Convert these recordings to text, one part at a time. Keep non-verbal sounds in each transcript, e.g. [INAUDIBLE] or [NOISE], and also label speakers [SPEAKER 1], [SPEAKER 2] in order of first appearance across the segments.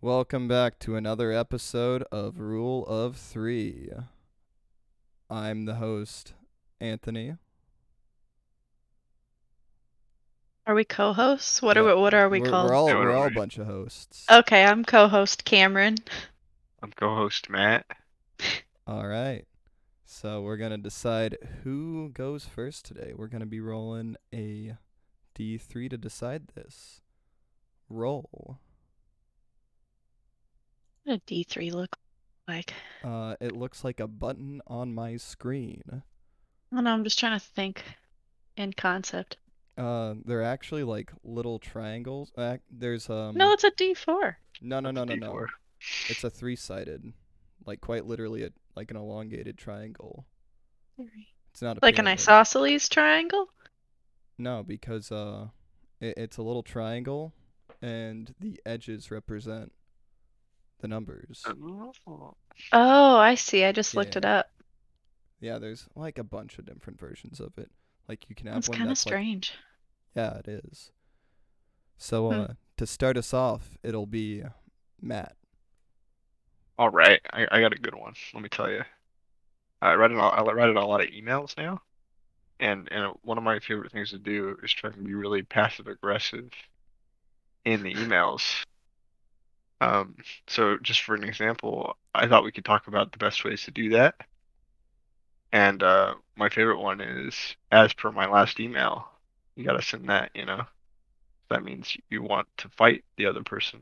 [SPEAKER 1] Welcome back to another episode of Rule of Three. I'm the host, Anthony.
[SPEAKER 2] Are we co-hosts? What
[SPEAKER 1] Yeah.
[SPEAKER 2] are we, what are we
[SPEAKER 1] we're,
[SPEAKER 2] called? Oh.
[SPEAKER 1] We're all,
[SPEAKER 3] Yeah, what
[SPEAKER 1] we're
[SPEAKER 3] are
[SPEAKER 1] all a
[SPEAKER 3] we?
[SPEAKER 1] bunch of hosts.
[SPEAKER 2] Okay, I'm co-host Cameron.
[SPEAKER 3] I'm co-host Matt.
[SPEAKER 1] All right. So we're going to decide who goes first today. We're going to be rolling a D3 to decide this. Roll.
[SPEAKER 2] What a D3 look like?
[SPEAKER 1] Uh, it looks like a button on my screen.
[SPEAKER 2] I don't know. I'm just trying to think in concept.
[SPEAKER 1] Uh, they're actually like little triangles. Ac there's um
[SPEAKER 2] no, it's a D4.
[SPEAKER 1] no no no no
[SPEAKER 3] That's
[SPEAKER 1] no.
[SPEAKER 3] D4.
[SPEAKER 1] It's a three-sided, like quite literally a like an elongated triangle. It's not a
[SPEAKER 2] Like an
[SPEAKER 1] pyramid.
[SPEAKER 2] isosceles triangle.
[SPEAKER 1] No, because uh, it, it's a little triangle, and the edges represent the numbers.
[SPEAKER 3] Oh.
[SPEAKER 2] Oh, I see. I just looked
[SPEAKER 1] Yeah.
[SPEAKER 2] it up.
[SPEAKER 1] Yeah, there's like a bunch of different versions of it. Like you can have
[SPEAKER 2] That's
[SPEAKER 1] one
[SPEAKER 2] kind of
[SPEAKER 1] that's like
[SPEAKER 2] strange.
[SPEAKER 1] yeah, it is. So
[SPEAKER 2] Hmm.
[SPEAKER 1] uh, to start us off, it'll be Matt.
[SPEAKER 3] All right, I, I got a good one. Let me tell you. I read it. I read it a lot of emails now, and and one of my favorite things to do is try to be really passive aggressive in the emails. Um, so just for an example, I thought we could talk about the best ways to do that. And uh, my favorite one is, as per my last email, you gotta send that. You know, that means you want to fight the other person,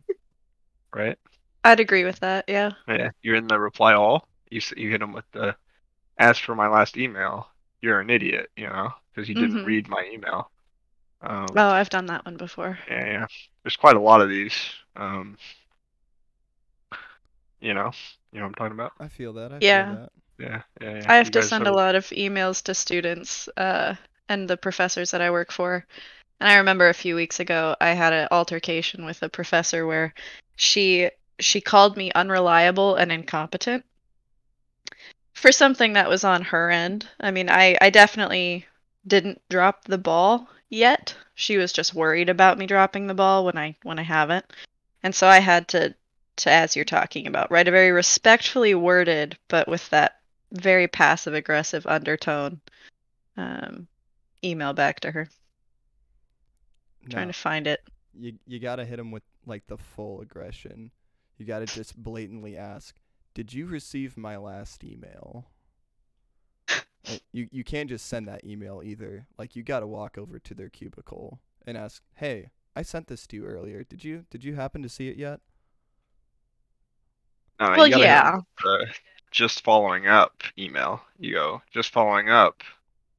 [SPEAKER 3] right?
[SPEAKER 2] I'd agree with that. Yeah.
[SPEAKER 3] Yeah, you're in the reply all. You s- you hit them with the, as for my last email, you're an idiot, you know, because you didn't
[SPEAKER 2] Mhm.
[SPEAKER 3] read my email. Um,
[SPEAKER 2] Oh, I've done that one before.
[SPEAKER 3] yeah, yeah. There's quite a lot of these. Um, you know, you know what I'm talking about.
[SPEAKER 1] I feel that. I
[SPEAKER 2] Yeah.
[SPEAKER 1] Feel that.
[SPEAKER 3] Yeah, yeah. yeah.
[SPEAKER 2] I have
[SPEAKER 3] You
[SPEAKER 2] to
[SPEAKER 3] guys
[SPEAKER 2] send a
[SPEAKER 3] have-
[SPEAKER 2] lot of emails to students uh, and the professors that I work for. And I remember a few weeks ago I had an altercation with a professor where she she called me unreliable and incompetent for something that was on her end. I mean, I I definitely didn't drop the ball yet. She was just worried about me dropping the ball when I when I haven't. And so I had to to as you're talking about, write a very respectfully worded but with that very passive aggressive undertone um, email back to her trying
[SPEAKER 1] No,
[SPEAKER 2] to find it
[SPEAKER 1] you you gotta hit them with like the full aggression. You gotta just blatantly ask, "Did you receive my last
[SPEAKER 3] [LAUGHS]
[SPEAKER 1] email?" Uh, you you can't just send that email either. Like you gotta walk over to their cubicle and ask, "Hey, I sent this to you earlier. Did you did you happen to see it yet?"
[SPEAKER 3] No, Uh, you
[SPEAKER 2] well
[SPEAKER 3] gotta hit 'em
[SPEAKER 2] yeah
[SPEAKER 3] with the just following up email. You go just following up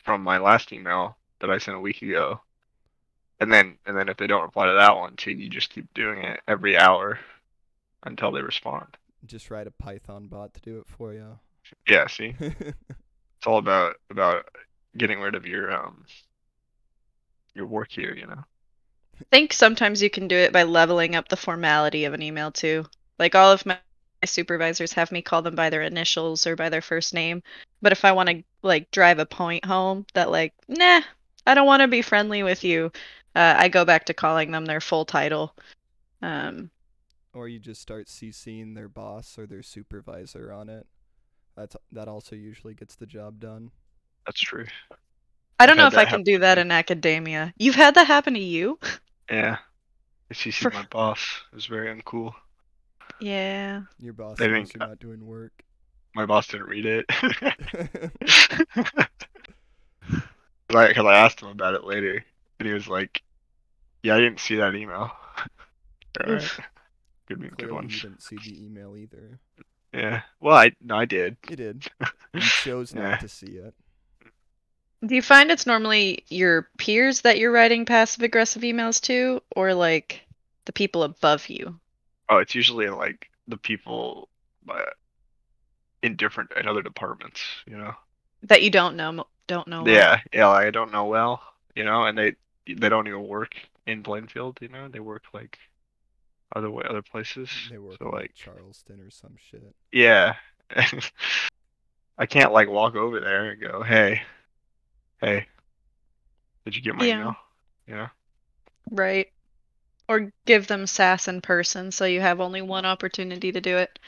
[SPEAKER 3] from my last email that I sent a week ago. And then and then if they don't reply to that one too, you just keep doing it every hour until they respond.
[SPEAKER 1] Just write a Python bot to do it for you.
[SPEAKER 3] Yeah, see? It's all about about getting rid of your um your work here, you know.
[SPEAKER 2] i think sometimes you can do it by leveling up the formality of an email too like all of my my supervisors have me call them by their initials or by their first name but if i want to like drive a point home that like nah i don't want to be friendly with you uh, i go back to calling them their full title um,
[SPEAKER 1] [LAUGHS] or you just start CCing their boss or their supervisor on it. That's that also usually gets the job done.
[SPEAKER 3] That's true.
[SPEAKER 2] i don't
[SPEAKER 3] I've
[SPEAKER 2] know
[SPEAKER 3] had
[SPEAKER 2] if
[SPEAKER 3] that
[SPEAKER 2] i can
[SPEAKER 3] happen
[SPEAKER 2] do
[SPEAKER 3] to
[SPEAKER 2] that
[SPEAKER 3] me.
[SPEAKER 2] in academia you've had that happen to you
[SPEAKER 3] Yeah. If you see
[SPEAKER 2] For-
[SPEAKER 3] my boss, it was very uncool.
[SPEAKER 2] yeah
[SPEAKER 1] Your boss
[SPEAKER 3] They
[SPEAKER 1] knows
[SPEAKER 3] think-
[SPEAKER 1] you're not doing work. [LAUGHS]
[SPEAKER 3] My boss didn't read it. [LAUGHS] [LAUGHS] like, cause I asked him about it later, and he was like, "Yeah, I didn't see that email." [LAUGHS] All right.
[SPEAKER 2] Oof.
[SPEAKER 3] Good, good
[SPEAKER 1] Clearly, you
[SPEAKER 3] ones.
[SPEAKER 1] didn't see the email either.
[SPEAKER 3] Yeah. Well, I no, I did.
[SPEAKER 1] You did.
[SPEAKER 3] [LAUGHS]
[SPEAKER 1] You chose not
[SPEAKER 3] Yeah.
[SPEAKER 1] to see it.
[SPEAKER 2] Do you find it's normally your peers that you're writing passive aggressive emails to, or like the people above you?
[SPEAKER 3] Oh, it's usually like the people uh, in different in other departments. You know.
[SPEAKER 2] That you don't know mo- don't
[SPEAKER 1] Oh,
[SPEAKER 2] know. well?
[SPEAKER 3] Yeah. Yeah. like, I don't know well. You know, and they they don't even work in Plainfield. You know, they work like other way other places.
[SPEAKER 1] They were
[SPEAKER 3] so
[SPEAKER 1] like
[SPEAKER 3] like
[SPEAKER 1] Charleston or some shit.
[SPEAKER 3] Yeah. [LAUGHS] I can't like walk over there and go, "Hey, hey, did you get my
[SPEAKER 2] Yeah.
[SPEAKER 3] email?" You know?
[SPEAKER 2] Right. or give them sass in person so you have only one opportunity to do it.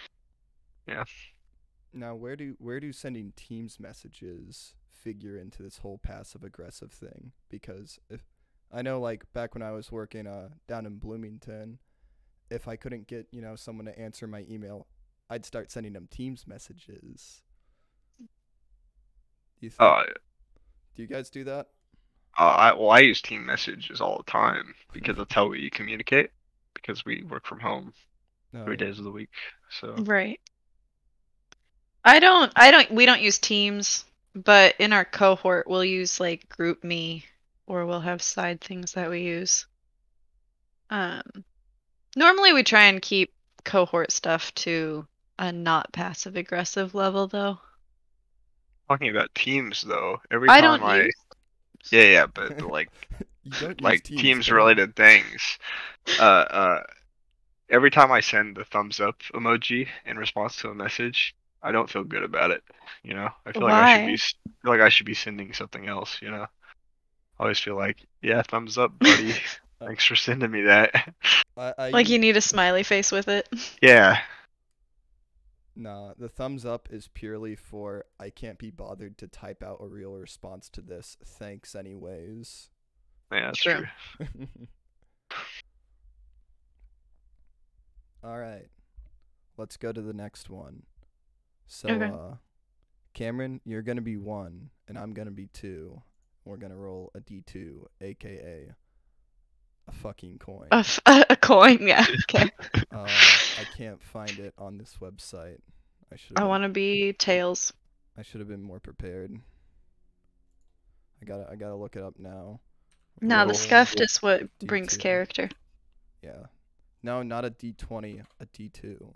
[SPEAKER 1] Now, where do where do sending Teams messages figure into this whole passive aggressive thing? Because if I know, like back when I was working uh, down in Bloomington, if I couldn't get you know someone to answer my email, I'd start sending them Teams messages. You think,
[SPEAKER 3] Uh,
[SPEAKER 1] do you guys do that?
[SPEAKER 3] uh, I, well, I use team messages all the time because that's how we communicate. Because we work from home
[SPEAKER 1] No.
[SPEAKER 3] three days of the week, so
[SPEAKER 2] Right. I don't I don't we don't use teams, but in our cohort we'll use like group me or we'll have side things that we use. Um normally we try and keep cohort stuff to a not passive aggressive level though.
[SPEAKER 3] talking about teams though, every
[SPEAKER 2] I
[SPEAKER 3] time
[SPEAKER 2] don't
[SPEAKER 3] I
[SPEAKER 2] use
[SPEAKER 3] yeah yeah, but like
[SPEAKER 1] [LAUGHS] You don't use
[SPEAKER 3] like
[SPEAKER 1] Teams,
[SPEAKER 3] teams,
[SPEAKER 1] do you?
[SPEAKER 3] related things. Uh, uh, every time I send the thumbs up emoji in response to a message, I don't feel good about it. You know, I feel like I should
[SPEAKER 2] Why?
[SPEAKER 3] be s- feel like I should be sending something else. You know, I always feel like yeah, thumbs up, buddy. Thanks for sending me that. [LAUGHS]
[SPEAKER 1] I, I
[SPEAKER 2] like
[SPEAKER 1] use-
[SPEAKER 2] you need a smiley face with it.
[SPEAKER 3] yeah,
[SPEAKER 1] Nah, the thumbs up is purely for I can't be bothered to type out a real response to this. Thanks, anyways. [LAUGHS]
[SPEAKER 3] yeah, that's
[SPEAKER 2] True.
[SPEAKER 3] true.
[SPEAKER 1] All right, let's go to the next one. So,
[SPEAKER 2] Okay.
[SPEAKER 1] uh, Cameron, you're gonna be one, and I'm gonna be two. We're gonna roll a d2, aka a fucking coin.
[SPEAKER 2] A, f- a coin, [LAUGHS] yeah. Okay.
[SPEAKER 1] Uh, I can't find it on this website. I should.
[SPEAKER 2] [LAUGHS] I want to be tails.
[SPEAKER 1] I should have been more prepared. I gotta I gotta look it up now.
[SPEAKER 2] Now the
[SPEAKER 1] Roll.
[SPEAKER 2] scuffed is what brings
[SPEAKER 1] D2.
[SPEAKER 2] character.
[SPEAKER 1] Yeah. No, not a D twenty, a D two.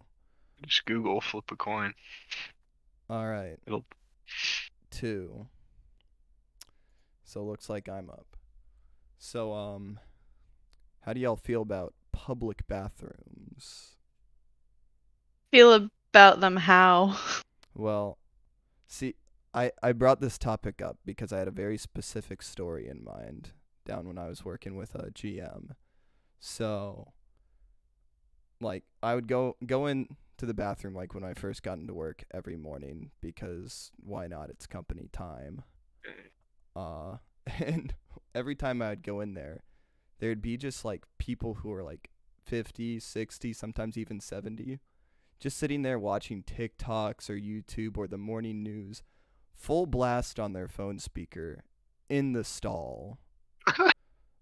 [SPEAKER 3] Just Google flip a coin.
[SPEAKER 1] Alright.
[SPEAKER 3] It'll-
[SPEAKER 1] Two. So looks like I'm up. So um how do y'all feel about public bathrooms?
[SPEAKER 2] Feel about them how?
[SPEAKER 1] Well, see, I, I brought this topic up because I had a very specific story in mind down when I was working with a GM. So, like, I would go go in to the bathroom like when I first got into work every morning because why not? It's company time. Uh, [LAUGHS] and every time I would go in there, there'd be just like people who are like 50, 60, sometimes even 70 just sitting there watching TikToks or YouTube or the morning news, full blast on their phone speaker in the stall.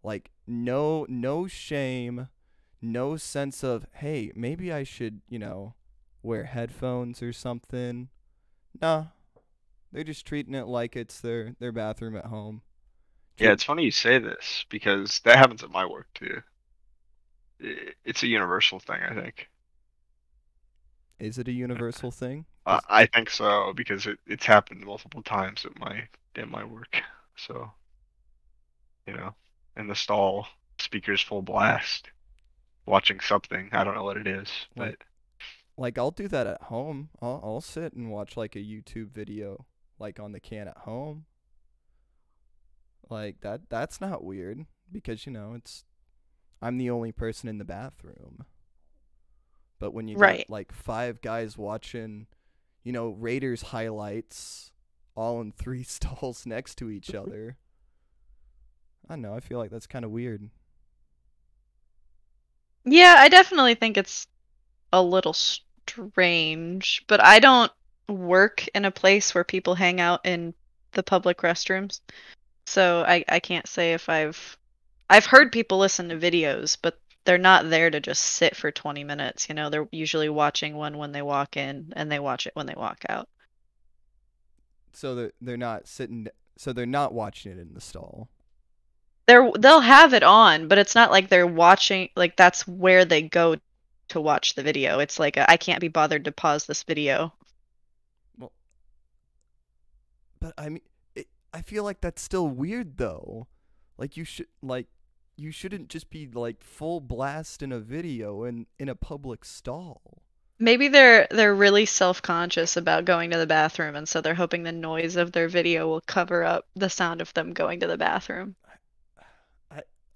[SPEAKER 1] like no no shame, no sense of, hey, maybe I should, you know, wear headphones or something. Nah. They're just treating it like it's their their bathroom at home.
[SPEAKER 3] Yeah, it's funny you say this because that happens at my work too. I- It's a universal thing, I think.
[SPEAKER 1] Is it a universal thing?
[SPEAKER 3] I I think so because it, it's happened multiple times at my at my work. So, you know, in the stall, speakers full blast, watching something. I don't know what it is,
[SPEAKER 1] Right.
[SPEAKER 3] but
[SPEAKER 1] like I'll do that at home. I'll, I'll sit and watch like a YouTube video like on the can at home. Like that that's not weird because you know, it's I'm the only person in the bathroom. But when you got,
[SPEAKER 2] Right.
[SPEAKER 1] like five guys watching, you know, Raiders highlights all in three [LAUGHS] stalls next to each other. I don't know, I feel like that's kind of weird.
[SPEAKER 2] Yeah, I definitely think it's a little strange, but I don't work in a place where people hang out in the public restrooms. So I, I can't say if I've I've heard people listen to videos, but they're not there to just sit for 20 minutes, you know. They're usually watching one when they walk in and they watch it when they walk out.
[SPEAKER 1] So they're, they're not sitting so they're not watching it in the stall.
[SPEAKER 2] They're they'll have it on, but it's not like they're watching like that's where they go to watch the video. It's like a, I can't be bothered to pause this video
[SPEAKER 1] But I mean, it, I feel like that's still weird though. Like you should like you shouldn't just be like full blast in a video in in a public stall.
[SPEAKER 2] Maybe they're they're really self-conscious about going to the bathroom, and so they're hoping the noise of their video will cover up the sound of them going to the bathroom.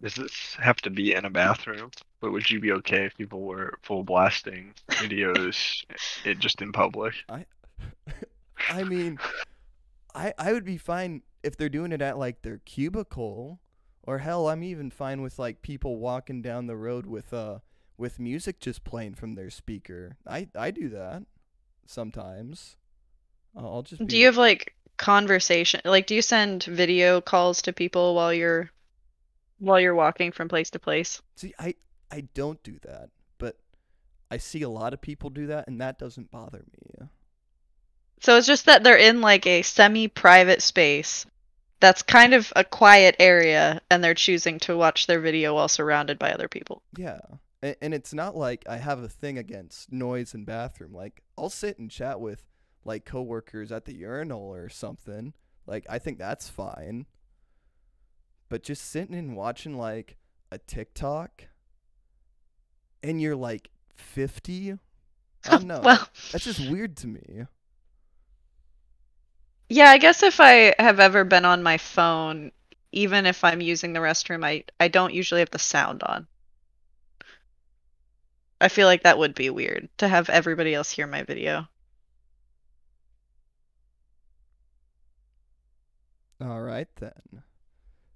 [SPEAKER 3] Does this have to be in a bathroom? But would you be okay if people were full blasting videos it just in public?
[SPEAKER 1] I mean, I I would be fine if they're doing it at like their cubicle, or hell, I'm even fine with like people walking down the road with uh with music just playing from their speaker. I I do that sometimes. I'll I'll just.
[SPEAKER 2] Do
[SPEAKER 1] be-
[SPEAKER 2] you have like conversation? Like, do you send video calls to people while you're while you're walking from place to place?
[SPEAKER 1] See, I I don't do that, but I see a lot of people do that, and that doesn't bother me.
[SPEAKER 2] So it's just that they're in like a semi-private space that's kind of a quiet area, and they're choosing to watch their video while surrounded by other people.
[SPEAKER 1] Yeah. And, and it's not like I have a thing against noise in bathroom. Like I'll sit and chat with like coworkers at the urinal or something. Like I think that's fine. But just sitting and watching like a TikTok and you're like 50? I don't know.
[SPEAKER 2] well,
[SPEAKER 1] that's just weird to me.
[SPEAKER 2] Yeah, I guess if I have ever been on my phone, even if I'm using the restroom, I I don't usually have the sound on. I feel like that would be weird to have everybody else hear my video.
[SPEAKER 1] All right then.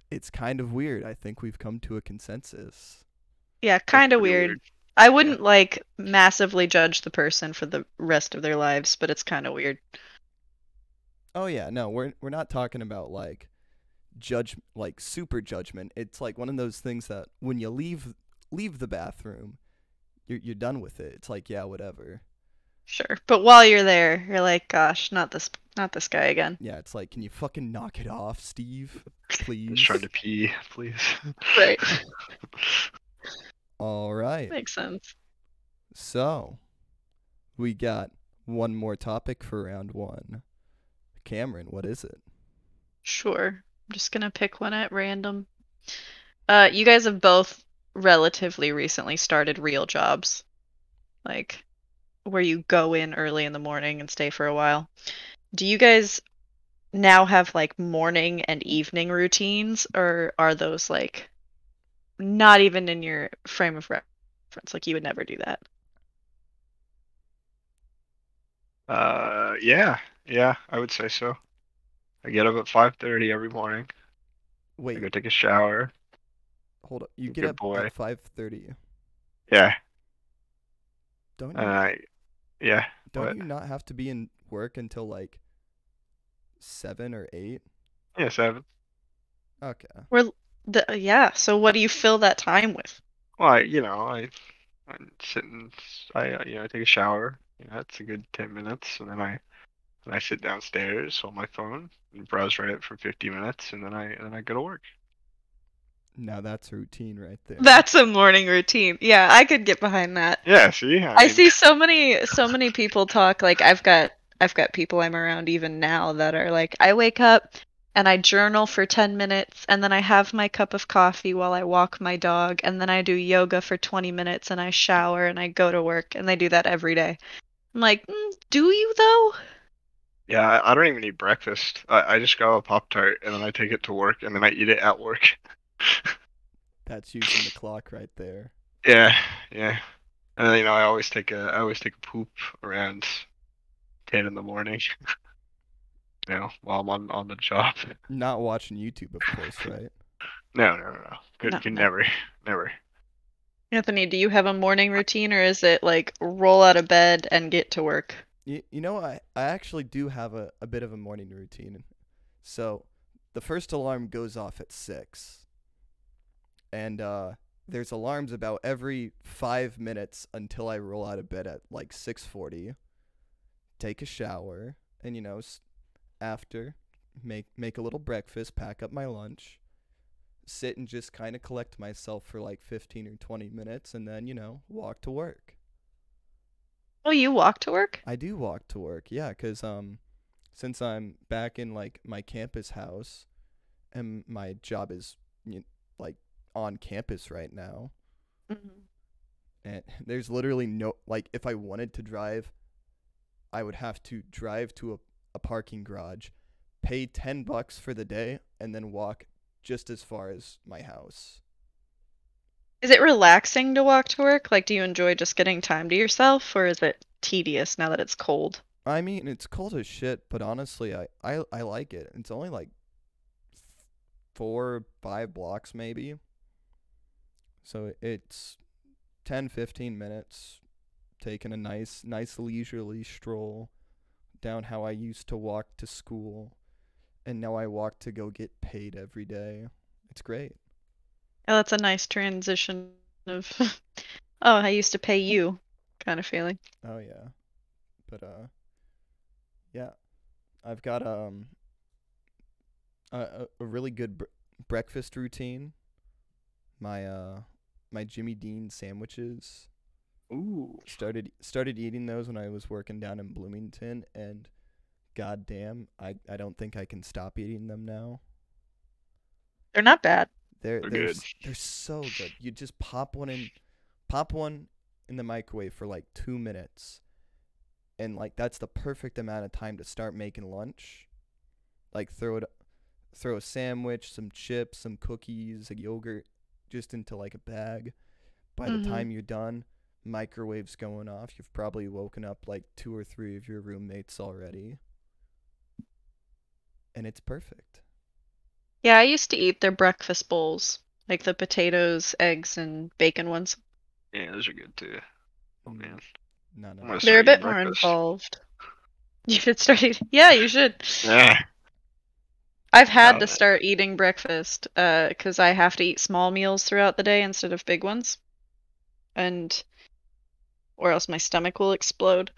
[SPEAKER 1] It's kind of weird. I think we've come to a consensus.
[SPEAKER 2] Yeah,
[SPEAKER 3] That's
[SPEAKER 2] kind of
[SPEAKER 3] pretty
[SPEAKER 2] weird. I wouldn't like massively judge the person for the rest of their lives, but it's kind of weird.
[SPEAKER 1] Oh yeah, no, we're we're not talking about like judge like super judgment. It's like one of those things that when you leave leave the bathroom, you're you're done with it. It's like yeah, whatever.
[SPEAKER 2] Sure. But while you're there, you're like, gosh, not this not this guy again.
[SPEAKER 1] Yeah, it's like can you fucking knock it off, Steve? Please.
[SPEAKER 3] Just trying to pee, [LAUGHS] please.
[SPEAKER 2] Right.
[SPEAKER 1] All right.
[SPEAKER 2] Makes sense.
[SPEAKER 1] So, we got one more topic for round 1. Cameron, what is it?
[SPEAKER 2] Sure. I'm just gonna pick one at random. Uh, you guys have both relatively recently started real jobs, like where you go in early in the morning and stay for a while. Do you guys now have like morning and evening routines, or are those like not even in your frame of reference? Like you would never do that.
[SPEAKER 3] [LAUGHS] Uh, yeah, yeah, I would say so. I get up at 5:30 every morning. I
[SPEAKER 1] Wait,
[SPEAKER 3] go take a shower.
[SPEAKER 1] hold up. You
[SPEAKER 3] Good
[SPEAKER 1] get up
[SPEAKER 3] boy.
[SPEAKER 1] at 5:30.
[SPEAKER 3] Yeah,
[SPEAKER 1] Don't you
[SPEAKER 3] and I, yeah,
[SPEAKER 1] Don't
[SPEAKER 3] What?
[SPEAKER 1] you not have to be in work until like seven or eight?
[SPEAKER 3] yeah, seven.
[SPEAKER 1] Okay.
[SPEAKER 2] The, yeah. So what do you fill that time with?
[SPEAKER 3] Well, I, you know, I, I sit and s- I, uh, you know, I take a shower. You know, that's a good ten minutes, and then I, and I sit downstairs on my phone and browse Reddit for 50 minutes, and then I, and then I go to work.
[SPEAKER 1] Now that's routine right there.
[SPEAKER 2] That's a morning routine. Yeah, I could get behind that.
[SPEAKER 3] Yeah, see, I,
[SPEAKER 2] I
[SPEAKER 3] mean,
[SPEAKER 2] see so many so many people talk like I've got I've got people I'm around even now that are like I wake up and I journal for 10 minutes and then I have my cup of coffee while I walk my dog and then I do yoga for 20 minutes and I shower and I go to work and they do that every day. I'm like, mm, "Do you though?"
[SPEAKER 3] Yeah, I- I don't even eat breakfast. I, I just grab a Pop Tart and then I take it to work and then I eat it at work.
[SPEAKER 1] That's using the clock right there.
[SPEAKER 3] Yeah, yeah. And then, you know, I always take a I always take a poop around ten in the morning. [LAUGHS] You know, while I'm on, on the job. [LAUGHS]
[SPEAKER 1] Not watching YouTube, of course, right?
[SPEAKER 3] No, no, no, no. Could
[SPEAKER 2] No,
[SPEAKER 3] could
[SPEAKER 2] no.
[SPEAKER 3] never, never.
[SPEAKER 2] Anthony, do you have a morning routine or is it like roll out of bed and get to work?
[SPEAKER 1] You, you know, I, I actually do have a, a bit of a morning routine. So the first alarm goes off at 6. And uh, there's alarms about every five minutes until I roll out of bed at like 6.40. Take a shower. And, you know, s- after, make, make a little breakfast, pack up my lunch. Sit and just kind of collect myself for like 15 or 20 minutes. And then, you know, walk to work.
[SPEAKER 2] Oh, you walk to work?
[SPEAKER 1] I do walk to work, yeah, 'cause um, since I'm back in like my campus house, and my job is you like on campus right now,
[SPEAKER 2] Mm-hmm.
[SPEAKER 1] and [LAUGHS] there's literally no like if I wanted to drive, I would have to drive to a, a parking garage, pay ten bucks for the day, and then walk just as far as my house.
[SPEAKER 2] Is it relaxing to walk to work? Like, do you enjoy just getting time to yourself, or is it tedious now that it's cold?
[SPEAKER 1] I mean, it's cold as shit, but honestly, I, I, I like it. It's only like four, five blocks maybe. So it's 10, 15 minutes taking a nice, nice leisurely stroll down how I used to walk to school. And now I walk to go get paid every day. It's great.
[SPEAKER 2] Yeah, Oh, that's a nice transition of, [LAUGHS] oh, I used to pay you kind of feeling.
[SPEAKER 1] Oh yeah. But uh yeah. I've got um a a- a really good br- breakfast routine. My uh my Jimmy Dean sandwiches.
[SPEAKER 3] Ooh.
[SPEAKER 1] Started started eating those when I was working down in Bloomington and goddamn, I I don't think I can stop eating them now.
[SPEAKER 2] They're not bad.
[SPEAKER 1] They're
[SPEAKER 3] They're
[SPEAKER 1] they're,
[SPEAKER 3] good.
[SPEAKER 1] s- they're so good. You just pop one in pop one in the microwave for like 2 minutes. And like that's the perfect amount of time to start making lunch. Like throw it throw a sandwich, some chips, some cookies, a yogurt just into like a bag. By
[SPEAKER 2] Mhm.
[SPEAKER 1] the time you're done, microwave's going off. You've probably woken up like two or three of your roommates already. And it's perfect.
[SPEAKER 2] Yeah, I used to eat their breakfast bowls, like the potatoes, eggs, and bacon ones.
[SPEAKER 3] Yeah, those are good too. Oh man.
[SPEAKER 1] No, no.
[SPEAKER 3] I'm gonna
[SPEAKER 2] They're a
[SPEAKER 3] start
[SPEAKER 2] bit
[SPEAKER 3] eating
[SPEAKER 2] more
[SPEAKER 3] breakfast.
[SPEAKER 2] involved. [LAUGHS] You should start eating. Yeah, you should.
[SPEAKER 3] Yeah.
[SPEAKER 2] I've had
[SPEAKER 3] Oh,
[SPEAKER 2] to
[SPEAKER 3] nice.
[SPEAKER 2] start eating breakfast because I have to eat small meals throughout the day instead of big ones, and or else my stomach will explode.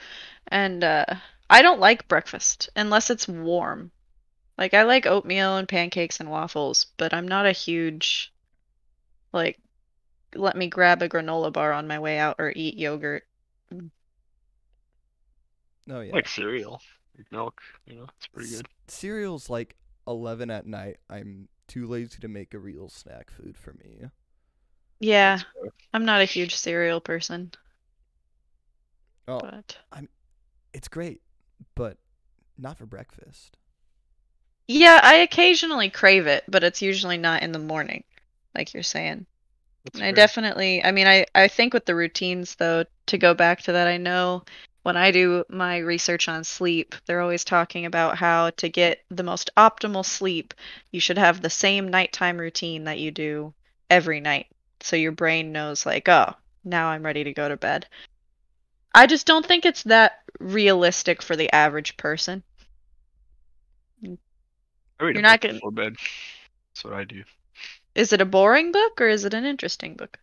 [SPEAKER 2] And uh, I don't like breakfast unless it's warm. Like I like oatmeal and pancakes and waffles, but I'm not a huge like let me grab a granola bar on my way out or eat yogurt.
[SPEAKER 1] No, Oh, yeah.
[SPEAKER 3] Like cereal. Like milk, you know, it's pretty
[SPEAKER 1] S-
[SPEAKER 3] good.
[SPEAKER 1] Cereal's like 11 at night. I'm too lazy to make a real snack food for me.
[SPEAKER 2] Yeah,
[SPEAKER 3] That's fair.
[SPEAKER 2] I'm not a huge cereal person,
[SPEAKER 1] Oh,
[SPEAKER 2] but
[SPEAKER 1] it's great, but not for breakfast.
[SPEAKER 2] Yeah, I occasionally crave it, but it's usually not in the morning, like you're saying.
[SPEAKER 3] That's
[SPEAKER 2] And I
[SPEAKER 3] fair.
[SPEAKER 2] definitely, I mean, I, I think with the routines, though, to go back to that, I know when I do my research on sleep, they're always talking about how to get the most optimal sleep, you should have the same nighttime routine that you do every night. So your brain knows, like, oh, now I'm ready to go to bed. I just don't think it's that realistic for the average person.
[SPEAKER 3] I read a
[SPEAKER 2] you're not
[SPEAKER 3] book
[SPEAKER 2] gonna-
[SPEAKER 3] before bed. That's what I do.
[SPEAKER 2] Is it a boring book or is it an interesting book?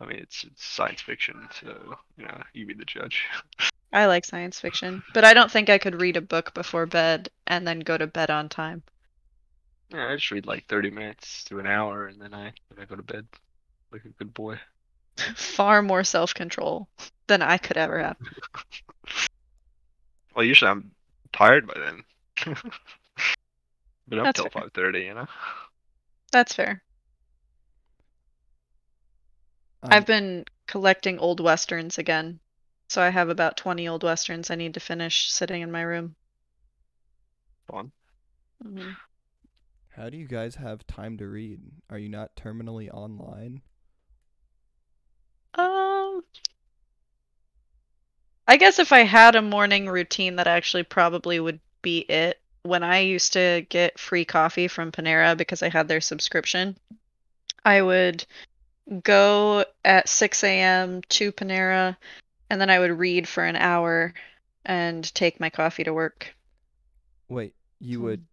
[SPEAKER 3] I mean, it's, it's science fiction, so you know, you be the judge.
[SPEAKER 2] I like science fiction, but I don't think I could read a book before bed and then go to bed on time. [LAUGHS]
[SPEAKER 3] Yeah, I just read like 30 minutes to an hour, and then I then I go to bed like a good boy.
[SPEAKER 2] Far more self control than I could ever have.
[SPEAKER 3] Well, usually I'm tired by then. Been up
[SPEAKER 2] That's
[SPEAKER 3] till
[SPEAKER 2] fair.
[SPEAKER 3] 5:30, you know.
[SPEAKER 2] That's fair.
[SPEAKER 1] I'm,
[SPEAKER 2] I've been collecting old westerns again. So I have about 20 old westerns I need to finish sitting in my room.
[SPEAKER 3] Fun.
[SPEAKER 2] Mhm.
[SPEAKER 1] How do you guys have time to read? Are you not terminally online?
[SPEAKER 2] Um I guess if I had a morning routine that actually probably would be it. When I used to get free coffee from Panera because I had their subscription, I would go at 6 a.m. to Panera and then I would read for an hour and take my coffee to work.
[SPEAKER 1] Wait, you
[SPEAKER 2] Hmm.
[SPEAKER 1] would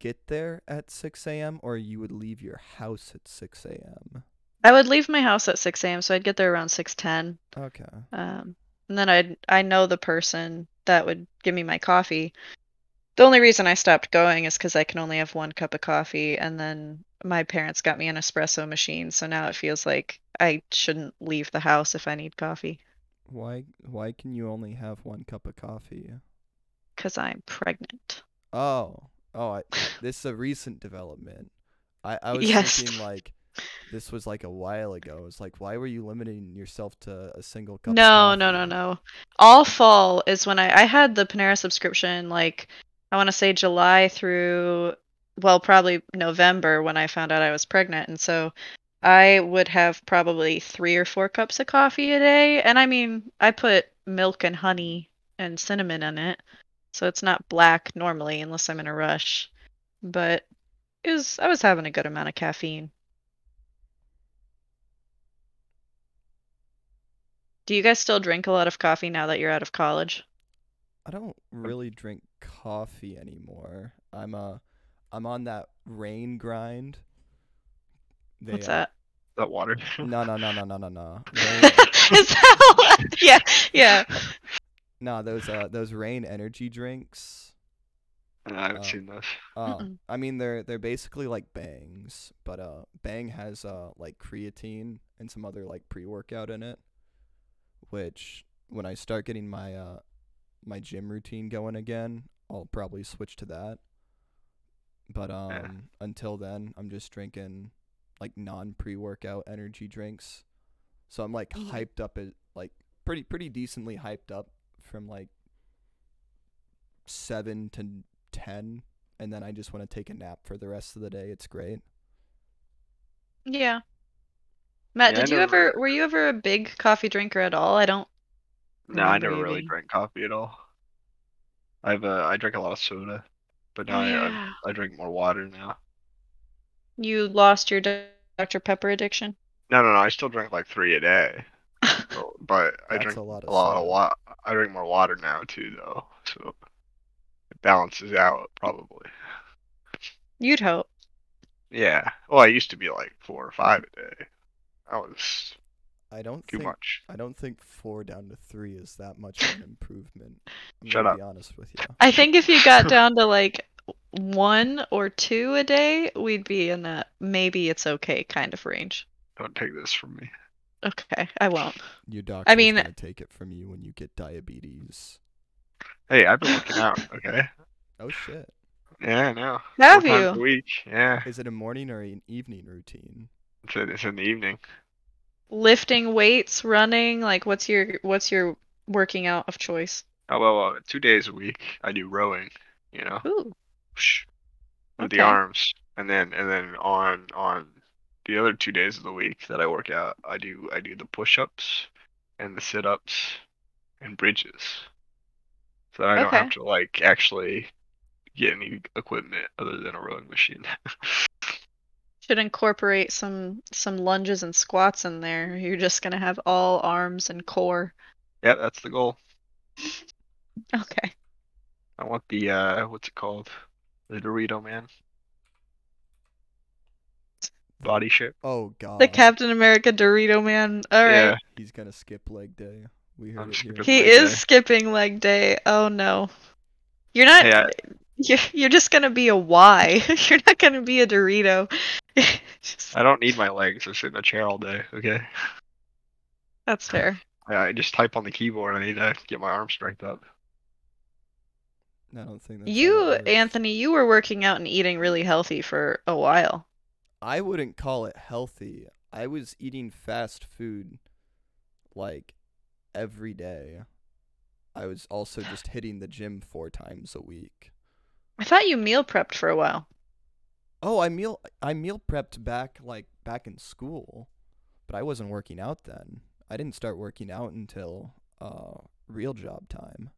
[SPEAKER 1] get there at 6 a.m. or you would leave your house at 6 a.m.?
[SPEAKER 2] I would leave my house at 6 a.m., so I'd get there around 6:10.
[SPEAKER 1] Okay.
[SPEAKER 2] Um, and then I I know the person that would give me my coffee. The only reason I stopped going is because I can only have one cup of coffee, and then my parents got me an espresso machine, so now it feels like I shouldn't leave the house if I need coffee
[SPEAKER 1] Why why can you only have one cup of coffee?
[SPEAKER 2] because I'm pregnant.
[SPEAKER 1] Oh, oh,
[SPEAKER 2] [LAUGHS]
[SPEAKER 1] I, this is a recent development. I, I was
[SPEAKER 2] Yes.
[SPEAKER 1] thinking like this was like a while ago. It's like why were you limiting yourself to a single cup? of
[SPEAKER 2] No, no, no,
[SPEAKER 1] coffee?
[SPEAKER 2] no. All fall is when I I had the Panera subscription like I want to say July through well probably November when I found out I was pregnant and so I would have probably three or four cups of coffee a day. And I mean, I put milk and honey and cinnamon in it. So it's not black normally unless I'm in a rush. But it was I was having a good amount of caffeine. Do you guys still drink a lot of coffee now that you're out of college?
[SPEAKER 1] I don't really drink coffee anymore. I'm uh I'm on that rain grind. They,
[SPEAKER 2] What's
[SPEAKER 1] uh,
[SPEAKER 2] that?
[SPEAKER 3] That water. [LAUGHS]
[SPEAKER 1] No, no, no, no, no, no, no. Rain-
[SPEAKER 2] Is that what- yeah, yeah.
[SPEAKER 1] no, those uh those rain energy drinks.
[SPEAKER 3] No, I haven't
[SPEAKER 1] Uh,
[SPEAKER 3] seen this.
[SPEAKER 1] Uh,
[SPEAKER 2] Mm-mm.
[SPEAKER 1] I mean they're they're basically like bangs, but uh Bang has uh like creatine and some other like pre workout in it. Which when I start getting my uh my gym routine going again, I'll probably switch to that. But um
[SPEAKER 3] Yeah.
[SPEAKER 1] until then I'm just drinking like non pre workout energy drinks. So I'm like
[SPEAKER 2] Mhm.
[SPEAKER 1] hyped up as like pretty pretty decently hyped up from like seven to ten and then I just want to take a nap for the rest of the day. It's great.
[SPEAKER 2] Yeah. Matt,
[SPEAKER 3] Yeah, I
[SPEAKER 2] did you
[SPEAKER 3] never-
[SPEAKER 2] ever were you ever a big coffee drinker at all? I don't
[SPEAKER 3] No, I
[SPEAKER 2] remember
[SPEAKER 3] never
[SPEAKER 2] you
[SPEAKER 3] really
[SPEAKER 2] being-
[SPEAKER 3] drank coffee at all. I've uh, I drink a lot of soda, but now
[SPEAKER 2] Oh,
[SPEAKER 3] I, I
[SPEAKER 2] yeah.
[SPEAKER 3] I drink more water now.
[SPEAKER 2] You lost your Dr. Pepper addiction? [LAUGHS]
[SPEAKER 3] No, no, no. I still drink like three a day, so- but I
[SPEAKER 1] That's
[SPEAKER 3] drink
[SPEAKER 1] a lot of
[SPEAKER 3] a lot of
[SPEAKER 1] soda.
[SPEAKER 3] wa- I drink more water now too, though, so it balances out probably.
[SPEAKER 2] You'd hope.
[SPEAKER 3] Yeah. Well, I used to be like four or five a day. That was
[SPEAKER 1] I don't
[SPEAKER 3] too
[SPEAKER 1] think
[SPEAKER 3] much.
[SPEAKER 1] I don't think four down to three is that much of an improvement. I'm
[SPEAKER 3] Shut
[SPEAKER 1] gonna
[SPEAKER 3] up.
[SPEAKER 1] be honest with
[SPEAKER 2] [LAUGHS]
[SPEAKER 1] you.
[SPEAKER 2] I think if you got down to like one or two a day, we'd be in that maybe it's okay kind of range.
[SPEAKER 3] Don't take this from me.
[SPEAKER 2] Okay, I won't.
[SPEAKER 1] Your doctor's
[SPEAKER 2] mean-
[SPEAKER 1] gonna take it from you when you get diabetes.
[SPEAKER 3] Hey, I've been
[SPEAKER 2] [LAUGHS]
[SPEAKER 3] working out. Okay.
[SPEAKER 1] Oh shit!
[SPEAKER 3] Yeah, I know.
[SPEAKER 2] Have
[SPEAKER 3] Four times a
[SPEAKER 2] you?
[SPEAKER 3] week. Yeah.
[SPEAKER 1] Is it a morning or an evening routine?
[SPEAKER 3] It's in, it's in the evening.
[SPEAKER 2] Lifting weights, running, like what's your what's your working out of choice?
[SPEAKER 3] Oh well, well, two days a week I do rowing. You know,
[SPEAKER 2] Ooh.
[SPEAKER 3] Whoosh, with the
[SPEAKER 2] Okay.
[SPEAKER 3] arms, and then and then on on the other two days of the week that I work out, I do I do the push-ups and the sit-ups and bridges. So I don't
[SPEAKER 2] Okay.
[SPEAKER 3] have to like actually get any equipment other than a rowing machine. [LAUGHS]
[SPEAKER 2] Should incorporate some some lunges and squats in there. You're just gonna have all arms and core. [LAUGHS]
[SPEAKER 3] yeah, that's the goal.
[SPEAKER 2] Okay.
[SPEAKER 3] I want the uh, what's it called? The Dorito man. Body shape.
[SPEAKER 1] Oh god!
[SPEAKER 2] The Captain America Dorito man. All right.
[SPEAKER 1] He's gonna skip leg day. We
[SPEAKER 3] I'm
[SPEAKER 1] heard it here.
[SPEAKER 3] skipping
[SPEAKER 2] He
[SPEAKER 3] leg
[SPEAKER 2] is
[SPEAKER 3] day.
[SPEAKER 2] skipping leg day. Oh no. You're not
[SPEAKER 3] Yeah.
[SPEAKER 2] [LAUGHS] you're, you're just gonna be a Y. [LAUGHS] You're not gonna be a Dorito. [LAUGHS] Just-
[SPEAKER 3] I don't need my legs. I sit in a chair all day. Okay.
[SPEAKER 2] That's fair.
[SPEAKER 3] I, I just type on the keyboard. I need to get my arm strength up.
[SPEAKER 1] I don't think [LAUGHS] that's how
[SPEAKER 2] You,
[SPEAKER 1] that works.
[SPEAKER 2] Anthony, you were working out and eating really healthy for a while.
[SPEAKER 1] I wouldn't call it healthy. I was eating fast food like every day. I was also just hitting the gym four times a week.
[SPEAKER 2] I thought you meal prepped for a while.
[SPEAKER 1] Oh, I meal I meal prepped back like back in school, but I wasn't working out then. I didn't start working out until uh real job time.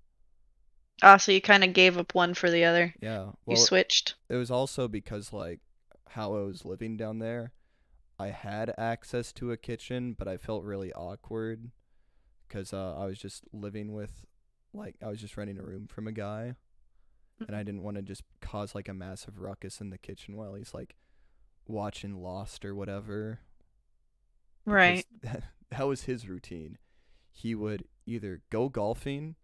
[SPEAKER 2] Ah, so you kind of gave up one for the other.
[SPEAKER 1] Yeah.
[SPEAKER 2] You
[SPEAKER 1] Well,
[SPEAKER 2] switched.
[SPEAKER 1] it was also because like how I was living down there, I had access to a kitchen, but I felt really awkward because uh, I was just living with, like, I was just renting a room from a guy, and I didn't want to just cause like a massive ruckus in the kitchen while he's like watching Lost or whatever. because
[SPEAKER 2] Right.
[SPEAKER 1] That, [LAUGHS] that was his routine. He would either go golfing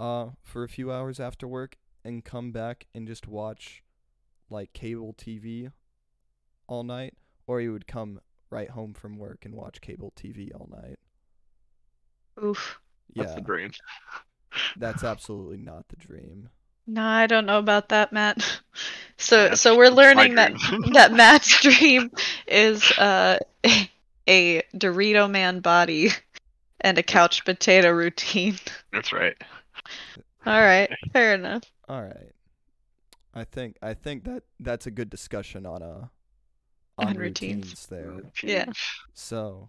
[SPEAKER 1] uh for a few hours after work and come back and just watch like cable TV all night or he would come right home from work and watch cable TV all night.
[SPEAKER 2] Oof.
[SPEAKER 3] That's
[SPEAKER 1] Yeah.
[SPEAKER 3] the dream.
[SPEAKER 2] [LAUGHS]
[SPEAKER 1] That's absolutely not the dream.
[SPEAKER 2] No, I don't know about that, Matt. [LAUGHS] So,
[SPEAKER 3] That's-
[SPEAKER 2] so we're
[SPEAKER 3] that's my
[SPEAKER 2] learning that
[SPEAKER 3] dream.
[SPEAKER 2] [LAUGHS]
[SPEAKER 3] [LAUGHS]
[SPEAKER 2] that Matt's dream is uh, a Dorito man body and a couch potato routine. [LAUGHS]
[SPEAKER 3] That's right.
[SPEAKER 2] All right, fair enough.
[SPEAKER 1] All right. I think I think that that's a good discussion on a uh, on
[SPEAKER 2] And routines.
[SPEAKER 1] routines there.
[SPEAKER 2] Yeah.
[SPEAKER 1] So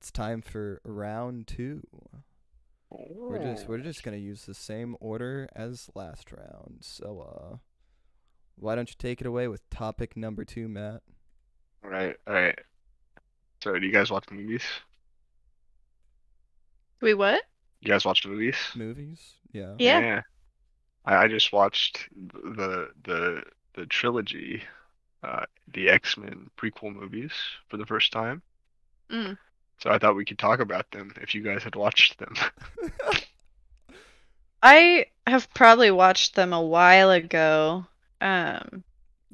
[SPEAKER 1] it's time for round two. We're just we're just gonna use the same order as last round. So uh why don't you take it away with topic number two, Matt?
[SPEAKER 3] All right, all right. So, do you guys watch movies?
[SPEAKER 2] We what?
[SPEAKER 3] You guys watch movies?
[SPEAKER 1] Movies? Yeah.
[SPEAKER 2] Yeah.
[SPEAKER 3] I, I just watched the the the trilogy, uh, the X Men prequel movies for the first time.
[SPEAKER 2] Mm.
[SPEAKER 3] So I thought we could talk about them if you guys had watched them. [LAUGHS]
[SPEAKER 2] I have probably watched them a while ago. Um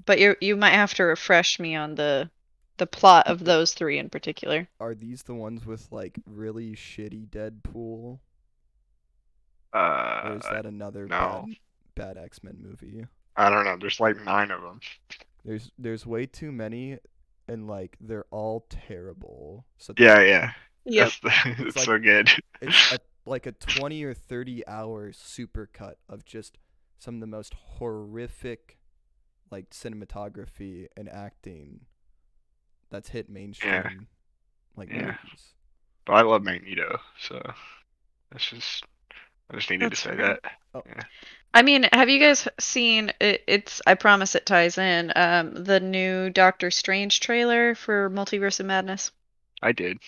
[SPEAKER 2] but you you might have to refresh me on the the plot of those three in particular.
[SPEAKER 1] [LAUGHS] Are these the ones with like really shitty Deadpool? Or
[SPEAKER 3] Uh,
[SPEAKER 1] is that another
[SPEAKER 3] no.
[SPEAKER 1] bad, bad X Men movie?
[SPEAKER 3] I don't know. There's like nine of them.
[SPEAKER 1] There's there's way too many and like they're all terrible. So
[SPEAKER 3] Yeah, yeah.
[SPEAKER 2] Yep.
[SPEAKER 3] That's the, [LAUGHS] it's
[SPEAKER 1] like-
[SPEAKER 3] so good.
[SPEAKER 1] it's a, like a 20 or 30 hour supercut of just some of the most horrific like cinematography and acting that's hit mainstream like
[SPEAKER 3] Yeah.
[SPEAKER 1] movies.
[SPEAKER 3] But I love Magneto, so that's just I just needed
[SPEAKER 2] That's
[SPEAKER 3] to say
[SPEAKER 2] fair.
[SPEAKER 3] that.
[SPEAKER 2] I mean, have you guys seen it, it's I promise it ties in um the new Doctor Strange trailer for Multiverse of Madness?
[SPEAKER 3] I did.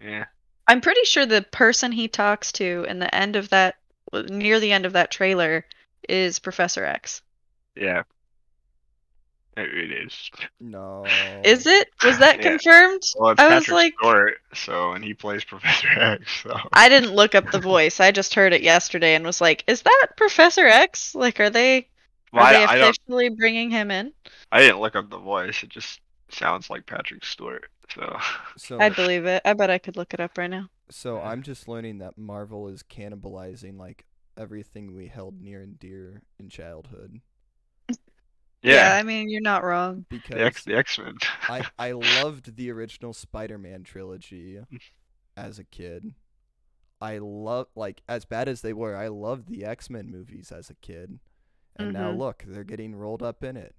[SPEAKER 3] Yeah.
[SPEAKER 2] I'm pretty sure the person he talks to in the end of that near the end of that trailer is Professor X.
[SPEAKER 3] Yeah. It, it is.
[SPEAKER 1] No.
[SPEAKER 2] Is it? Was that
[SPEAKER 3] Oh, Yeah.
[SPEAKER 2] confirmed?
[SPEAKER 3] Well, it's
[SPEAKER 2] I was
[SPEAKER 3] Patrick
[SPEAKER 2] like-
[SPEAKER 3] Stewart, so and he plays [LAUGHS] Professor X. So
[SPEAKER 2] I didn't look up the voice. I just heard it yesterday and was like, "Is that Professor X? Like, are they
[SPEAKER 3] Well,
[SPEAKER 2] are
[SPEAKER 3] I,
[SPEAKER 2] they
[SPEAKER 3] I don't.
[SPEAKER 2] officially bringing him in?"
[SPEAKER 3] I didn't look up the voice. It just sounds like Patrick Stewart. So
[SPEAKER 1] So
[SPEAKER 2] I'd believe it. I bet I could look it up right now.
[SPEAKER 1] so
[SPEAKER 3] Yeah.
[SPEAKER 1] I'm just learning that Marvel is cannibalizing like everything we held near and dear in childhood
[SPEAKER 3] yeah,
[SPEAKER 2] I mean, you're not wrong.
[SPEAKER 1] because
[SPEAKER 3] the X the X Men.
[SPEAKER 1] I, I loved the original Spider-Man trilogy as a kid. I love like as bad as they were, I loved the X-Men movies as a kid. And now
[SPEAKER 2] Mhm.
[SPEAKER 1] look, they're getting rolled up in it.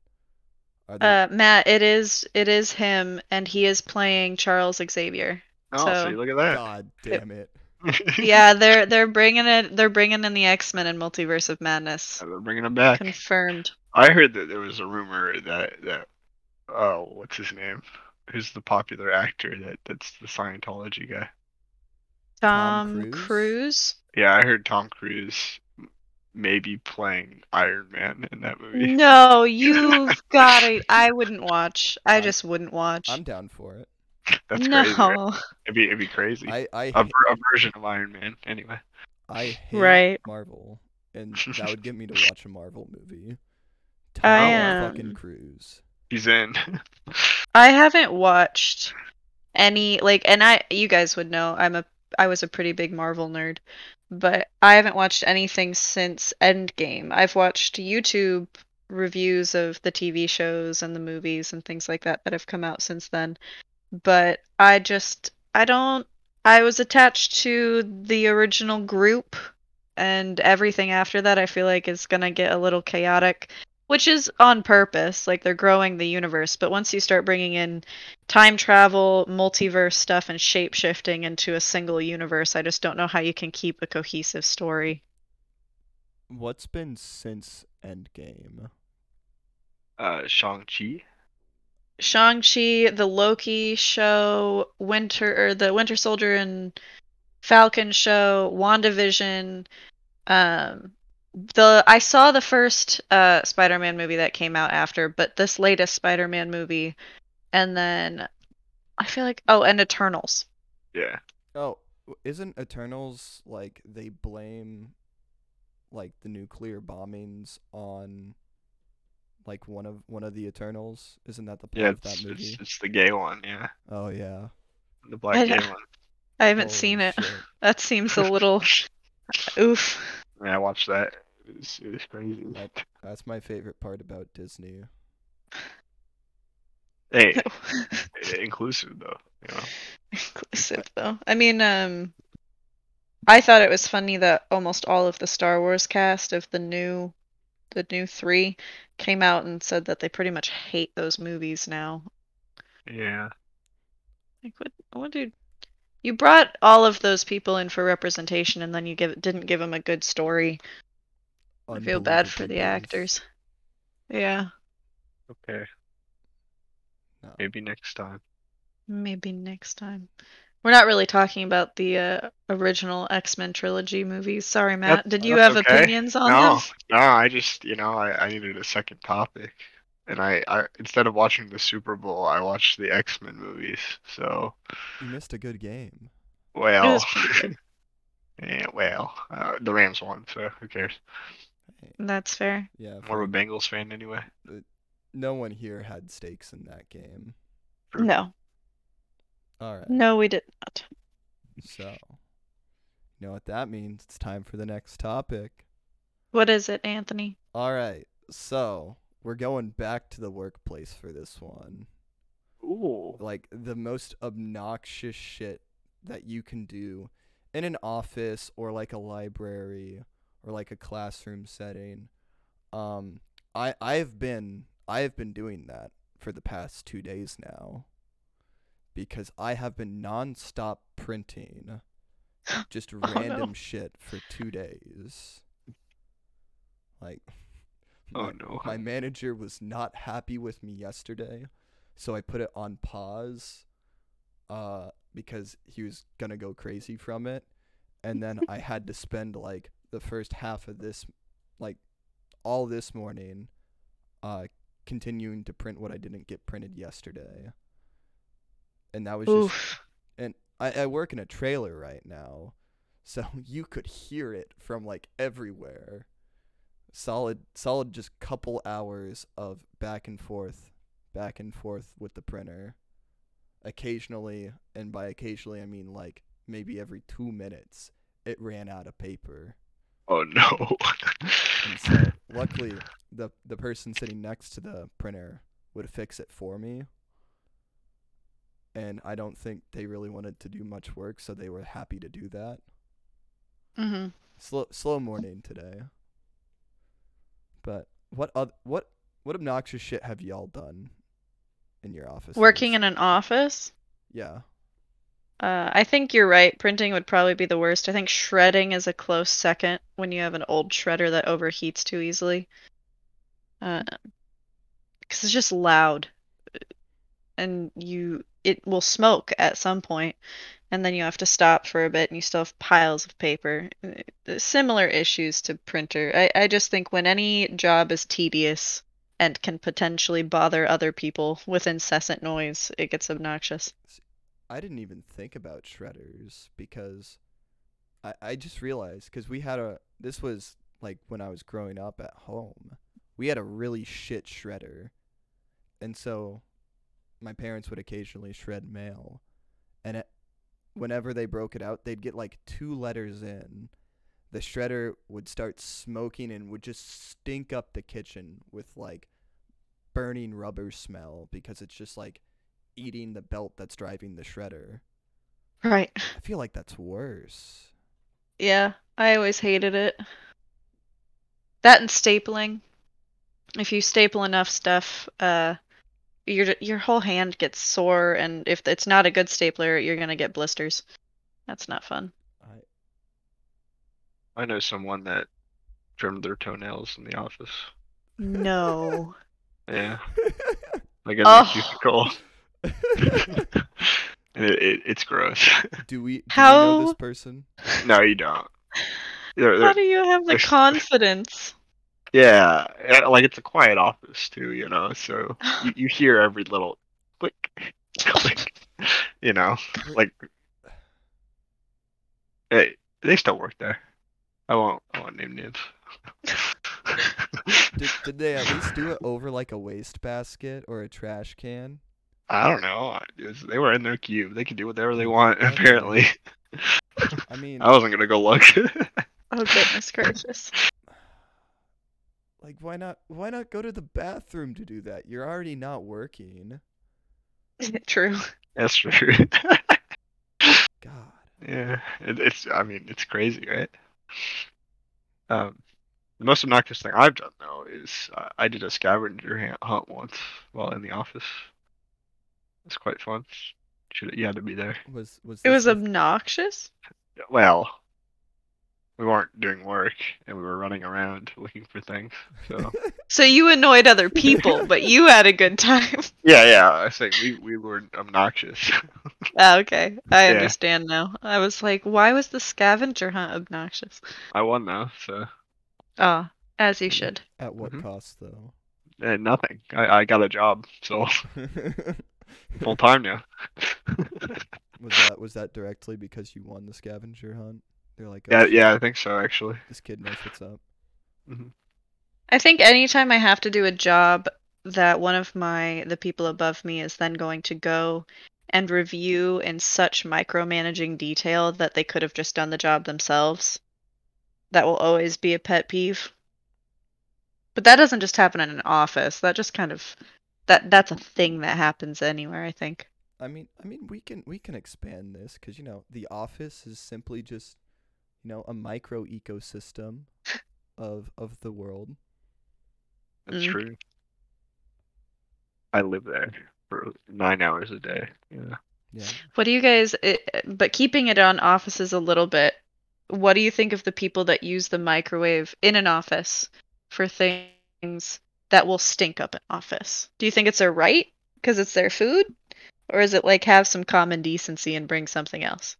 [SPEAKER 1] Are they
[SPEAKER 2] Uh, Matt, it is it is him, and he is playing Charles Xavier.
[SPEAKER 3] [LAUGHS] Oh,
[SPEAKER 2] so-
[SPEAKER 3] see, look at
[SPEAKER 2] Uh, [LAUGHS]
[SPEAKER 1] [LAUGHS]
[SPEAKER 3] that.
[SPEAKER 1] God damn it.
[SPEAKER 3] [LAUGHS]
[SPEAKER 2] yeah, they're they're bringing it. They're bringing in the X Men and Multiverse of Madness.
[SPEAKER 3] They're bringing him
[SPEAKER 2] [LAUGHS]
[SPEAKER 3] back.
[SPEAKER 2] Confirmed.
[SPEAKER 3] I heard that there was a rumor that that oh, what's his name? Who's the popular actor that that's the Scientology guy?
[SPEAKER 1] Tom
[SPEAKER 2] Tom
[SPEAKER 1] Cruise?
[SPEAKER 2] Cruise.
[SPEAKER 3] Yeah, I heard Tom Cruise m- maybe playing Iron Man in that movie.
[SPEAKER 2] No, you've got to I wouldn't watch. I
[SPEAKER 1] I'm-
[SPEAKER 2] just wouldn't watch.
[SPEAKER 1] I'm down for it.
[SPEAKER 3] [LAUGHS] That's
[SPEAKER 2] no.
[SPEAKER 3] crazy. right? It'd be it'd be crazy.
[SPEAKER 1] I I
[SPEAKER 3] A,
[SPEAKER 1] ha-
[SPEAKER 3] ver- a version of Iron Man, anyway.
[SPEAKER 1] I hate
[SPEAKER 2] Right.
[SPEAKER 1] Marvel and
[SPEAKER 2] [LAUGHS]
[SPEAKER 1] that would get me to watch a Marvel movie. Tom
[SPEAKER 2] I am-
[SPEAKER 1] fucking Cruise.
[SPEAKER 3] He's in. [LAUGHS]
[SPEAKER 2] I haven't watched any like and I you guys would know I'm a I was a pretty big Marvel nerd, but I haven't watched anything since Endgame. I've watched YouTube reviews of the TV shows and the movies and things like that that have come out since then. But I just I don't I was attached to the original group and everything after that I feel like is going to get a little chaotic which is on purpose like they're growing the universe but once you start bringing in time travel multiverse stuff and shape shifting into a single universe i just don't know how you can keep a cohesive story
[SPEAKER 1] What's been since Endgame?
[SPEAKER 3] Uh, Shang Chi.
[SPEAKER 2] shang-chi the loki show winter or the winter soldier and falcon show wandavision um the i saw the first uh spider-man movie that came out after but this latest spider-man movie and then i feel like oh and eternals
[SPEAKER 3] Yeah.
[SPEAKER 1] Oh, w- isn't Eternals like they blame like the nuclear bombings on like one of one of the Eternals? Isn't that the plot
[SPEAKER 3] Yeah.
[SPEAKER 1] of that
[SPEAKER 3] It's,
[SPEAKER 1] movie?
[SPEAKER 3] it's it's the gay one. Yeah.
[SPEAKER 1] Oh yeah.
[SPEAKER 3] The black
[SPEAKER 2] I
[SPEAKER 3] gay
[SPEAKER 2] don't-
[SPEAKER 3] one.
[SPEAKER 2] i haven't
[SPEAKER 1] Holy
[SPEAKER 2] seen it
[SPEAKER 1] shit.
[SPEAKER 2] that seems
[SPEAKER 1] [LAUGHS]
[SPEAKER 2] a little oof [LAUGHS]
[SPEAKER 3] Yeah, I watched that. It was, it was crazy.
[SPEAKER 1] Like- That's my favorite part about Disney.
[SPEAKER 3] Hey,
[SPEAKER 2] [LAUGHS]
[SPEAKER 3] inclusive though. You know?
[SPEAKER 2] inclusive though i mean um i thought it was funny that almost all of the star wars cast of the new the new three came out and said that they pretty much hate those movies now
[SPEAKER 3] Yeah.
[SPEAKER 2] Like what? What dude? You brought all of those people in for representation, and then you give didn't give them a good story. [LAUGHS] I feel bad for the
[SPEAKER 1] Unbelievable.
[SPEAKER 2] actors. Yeah,
[SPEAKER 3] Okay.
[SPEAKER 1] No.
[SPEAKER 3] Maybe next time.
[SPEAKER 2] maybe next time. We're not really talking about the uh, original X Men trilogy movies. Sorry, Matt. Did you
[SPEAKER 3] that's
[SPEAKER 2] have
[SPEAKER 3] okay.
[SPEAKER 2] opinions on
[SPEAKER 3] no,
[SPEAKER 2] them?
[SPEAKER 3] no. I just, you know, I, I needed a second topic, and I, I instead of watching the Super Bowl, I watched the X Men movies. So,
[SPEAKER 1] You missed a good game.
[SPEAKER 3] well,
[SPEAKER 2] pretty
[SPEAKER 3] [LAUGHS] yeah, well, uh, the Rams won, so who cares?
[SPEAKER 2] That's fair.
[SPEAKER 1] Yeah.
[SPEAKER 3] More of a Bengals fan anyway.
[SPEAKER 1] No one here had stakes in that game.
[SPEAKER 3] True.
[SPEAKER 2] No,
[SPEAKER 1] All right.
[SPEAKER 2] no, we did not.
[SPEAKER 1] So, you know what that means? It's time for the next topic.
[SPEAKER 2] What is it, Anthony?
[SPEAKER 1] All right. So, we're going back to the workplace for this one.
[SPEAKER 3] Ooh.
[SPEAKER 1] Like the most obnoxious shit that you can do in an office or like a library or like a classroom setting. Um I I've been I've been doing that for the past 2 days now because I have been nonstop printing just
[SPEAKER 2] no.
[SPEAKER 1] random shit for 2 days. Like
[SPEAKER 3] Oh
[SPEAKER 1] my-
[SPEAKER 3] no.
[SPEAKER 1] my manager was not happy with me yesterday, so I put it on pause uh, because he was going to go crazy from it. And then I had to spend like the first half of this, like all this morning, uh, continuing to print what I didn't get printed yesterday. And that was just
[SPEAKER 2] Oof.
[SPEAKER 1] and I, I work in a trailer right now, so [LAUGHS] you could hear it from like everywhere. Solid, solid, just couple hours of back and forth, back and forth with the printer. Occasionally, and by occasionally I mean like maybe every two minutes, it ran out of paper.
[SPEAKER 3] Oh no.
[SPEAKER 1] And
[SPEAKER 3] [LAUGHS]
[SPEAKER 1] so, luckily, the the person sitting next to the printer would fix it for me. And I don't think they really wanted to do much work, so they were happy to do that.
[SPEAKER 2] Mm-hmm.
[SPEAKER 1] Slow slow morning today. But what oth- what what obnoxious shit have y'all done in your office?
[SPEAKER 2] Working in an office.
[SPEAKER 1] yeah.
[SPEAKER 2] Uh, I think you're right. Printing would probably be the worst. I think shredding is a close second when you have an old shredder that overheats too easily. Because it's just loud, and you it will smoke at some point, and then you have to stop for a bit, and you still have piles of paper. Uh, Similar issues to printer. I I just think when any job is tedious and can potentially bother other people with incessant noise, it gets obnoxious.
[SPEAKER 1] I didn't even think about shredders because I, I just realized because we had a this was like when I was growing up at home we had a really shit shredder and so my parents would occasionally shred mail and it, whenever they broke it out they'd get like two letters in the shredder would start smoking and would just stink up the kitchen with like burning rubber smell because it's just like eating the belt that's driving the shredder.
[SPEAKER 2] Right.
[SPEAKER 1] I feel like that's worse.
[SPEAKER 2] Yeah, I always hated it. That and stapling. If you staple enough stuff, uh, your your whole hand gets sore, and if it's not a good stapler, you're gonna get blisters. That's not fun.
[SPEAKER 3] I know someone that trimmed their toenails in the office. [LAUGHS]
[SPEAKER 2] No.
[SPEAKER 1] [LAUGHS]
[SPEAKER 3] Yeah. Like in
[SPEAKER 2] Oh.
[SPEAKER 3] the cubicle. [LAUGHS] And it, it, it's gross. [LAUGHS]
[SPEAKER 1] do we do we know
[SPEAKER 2] How-
[SPEAKER 1] this person?
[SPEAKER 3] no, you don't. They're-
[SPEAKER 2] How
[SPEAKER 3] they're-
[SPEAKER 2] do you have the
[SPEAKER 3] there's- [LAUGHS]
[SPEAKER 2] confidence?
[SPEAKER 3] yeah, uh, like it's a quiet office too, you know. So
[SPEAKER 2] Oh,
[SPEAKER 3] you, you hear every little click, [LAUGHS] click. You know, like hey, they still work there. I won't. I won't name names. [LAUGHS]
[SPEAKER 1] Did, did they at least do it over like a waste basket or a trash can?
[SPEAKER 3] I don't know. I- it's- They were in their cube. They could do whatever they want. [LAUGHS] Apparently,
[SPEAKER 1] I mean,
[SPEAKER 3] I wasn't gonna go look. [LAUGHS]
[SPEAKER 2] Oh goodness gracious!
[SPEAKER 1] like why not why not go to the bathroom to do that? You're already not working.
[SPEAKER 2] [LAUGHS] True.
[SPEAKER 3] That's [LAUGHS] true.
[SPEAKER 1] God.
[SPEAKER 3] Yeah, it, it's. I mean, it's crazy, right? Um, the most obnoxious thing I've done though is I, I did a scavenger hunt, hunt once while in the office. It's quite fun. Should you had to be there.
[SPEAKER 1] Was was
[SPEAKER 2] It
[SPEAKER 1] this
[SPEAKER 2] was
[SPEAKER 1] the-
[SPEAKER 2] obnoxious.
[SPEAKER 3] Well, we weren't doing work and we were running around looking for things. So
[SPEAKER 2] So you annoyed other people, but you had a good time. [LAUGHS]
[SPEAKER 3] yeah, yeah. I think we we were obnoxious. [LAUGHS]
[SPEAKER 2] Ah, okay, I
[SPEAKER 3] Yeah.
[SPEAKER 2] understand now. I was like, why was the scavenger hunt obnoxious?
[SPEAKER 3] I won though, so
[SPEAKER 2] Ah, as you should.
[SPEAKER 1] at what
[SPEAKER 3] Mhm.
[SPEAKER 1] cost though? [LAUGHS]
[SPEAKER 3] eh, nothing. I I got a job, so full time now.
[SPEAKER 1] was that was that directly because you won the scavenger hunt? They're like, oh,
[SPEAKER 3] yeah,
[SPEAKER 1] shit,
[SPEAKER 3] yeah. I think so actually.
[SPEAKER 1] this kid knows what's up.
[SPEAKER 2] I think anytime I have to do a job that one of my the people above me is then going to go and review in such micromanaging detail that they could have just done the job themselves. That will always be a pet peeve. But that doesn't just happen in an office. That just kind of that that's a thing that happens anywhere, I think.
[SPEAKER 1] I mean, I mean, we can we can expand this because you know the office is simply just you know a micro ecosystem of of the world.
[SPEAKER 3] That's
[SPEAKER 2] Mm.
[SPEAKER 3] true. I live there for nine hours a day. Yeah.
[SPEAKER 1] Yeah,
[SPEAKER 2] What do you guys it, but keeping it on offices a little bit. What do you think of the people that use the microwave in an office for things that will stink up an office? Do you think it's their right because it's their food or is it like have some common decency and bring something else?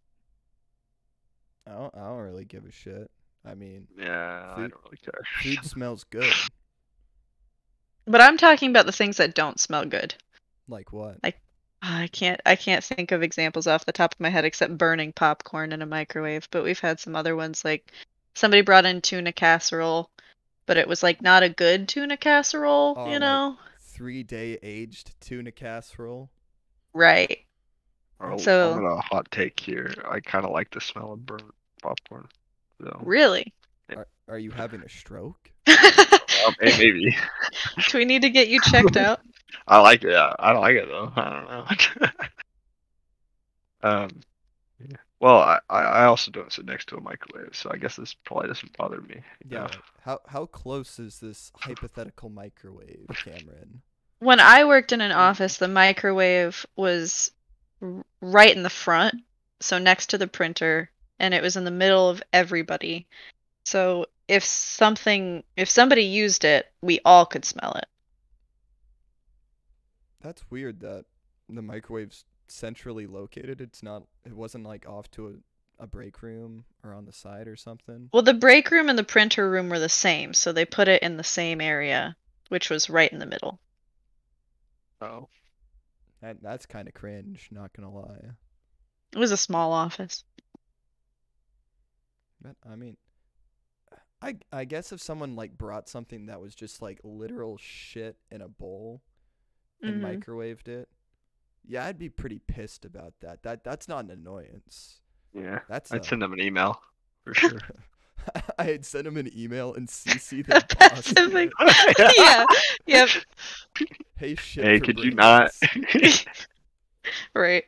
[SPEAKER 1] I don't, I don't really give a shit. I mean,
[SPEAKER 3] Yeah, I
[SPEAKER 1] Food-
[SPEAKER 3] don't really care. [LAUGHS]
[SPEAKER 1] food smells good.
[SPEAKER 2] But I'm talking about the things that don't smell good.
[SPEAKER 1] Like what?
[SPEAKER 2] Ah, I can't I can't think of examples off the top of my head except burning popcorn in a microwave, but we've had some other ones like somebody brought in tuna casserole, but it was like not a good tuna casserole,
[SPEAKER 1] Oh,
[SPEAKER 2] you
[SPEAKER 1] like-
[SPEAKER 2] know?
[SPEAKER 1] Three day aged tuna casserole.
[SPEAKER 2] Right.
[SPEAKER 3] Oh,
[SPEAKER 2] So-
[SPEAKER 3] I'm gonna hot take here. I kind of like the smell of burnt popcorn.
[SPEAKER 1] Oh.
[SPEAKER 3] So
[SPEAKER 2] Really? [LAUGHS]
[SPEAKER 1] Are, are you having a stroke?
[SPEAKER 3] um, eh, maybe [LAUGHS]
[SPEAKER 2] Do we need to get you
[SPEAKER 1] [LAUGHS]
[SPEAKER 2] checked out?
[SPEAKER 3] I like it. Yeah, I don't like it though. I don't know. [LAUGHS] um, yeah. well, I I I also don't sit next to a microwave, so I guess this probably doesn't bother me. you
[SPEAKER 1] Yeah.
[SPEAKER 3] know?
[SPEAKER 1] How how close is this hypothetical microwave, Cameron?
[SPEAKER 2] When I worked in an office, the microwave was r- right in the front, so next to the printer, and it was in the middle of everybody. So if something if somebody used it, we all could smell it.
[SPEAKER 1] That's weird that the microwave's centrally located. It's not. It wasn't like off to a, a break room or on the side or something.
[SPEAKER 2] Well, the break room and the printer room were the same, so they put it in the same area, which was right in the middle.
[SPEAKER 3] Oh,
[SPEAKER 1] That that's kind of cringe. Not gonna lie.
[SPEAKER 2] It was a small office.
[SPEAKER 1] But I mean, I I guess if someone like brought something that was just like literal shit in a bowl and
[SPEAKER 2] Mhm.
[SPEAKER 1] microwaved it, yeah, I'd be pretty pissed about that. That that's not an annoyance.
[SPEAKER 3] yeah.
[SPEAKER 1] That's
[SPEAKER 3] I'd
[SPEAKER 1] a-
[SPEAKER 3] send them an email for sure.
[SPEAKER 1] [LAUGHS] I had sent him an email and
[SPEAKER 3] [LAUGHS]
[SPEAKER 1] CC the boss. on
[SPEAKER 2] Pacific.
[SPEAKER 1] it.
[SPEAKER 2] [LAUGHS] Mm-hmm. [LAUGHS] yeah. Yep.
[SPEAKER 1] Hey shit.
[SPEAKER 3] Hey,
[SPEAKER 1] for
[SPEAKER 3] could you
[SPEAKER 1] brains.
[SPEAKER 3] not?
[SPEAKER 2] Right.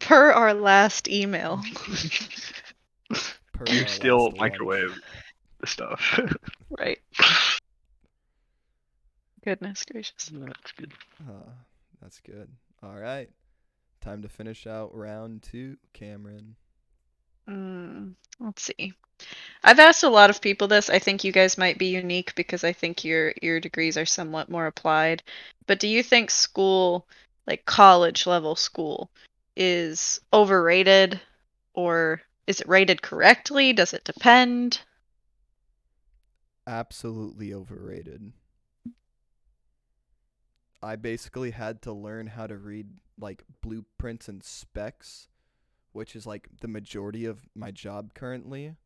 [SPEAKER 2] Per our last email.
[SPEAKER 3] [LAUGHS]
[SPEAKER 1] Per
[SPEAKER 3] you
[SPEAKER 1] my
[SPEAKER 3] still
[SPEAKER 1] last lunch.
[SPEAKER 3] microwave the stuff.
[SPEAKER 2] Right. Goodness gracious.
[SPEAKER 3] [LAUGHS] That's good.
[SPEAKER 1] Ah, that's good. All right. Time to finish out round two, Cameron.
[SPEAKER 2] Mm, let's see. I've asked a lot of people this. I think you guys might be unique because I think your your degrees are somewhat more applied. But do you think school, like college level school, is overrated or is it rated correctly? Does it depend?
[SPEAKER 1] Absolutely overrated. I basically had to learn how to read like blueprints and specs, which is like the majority of my job currently,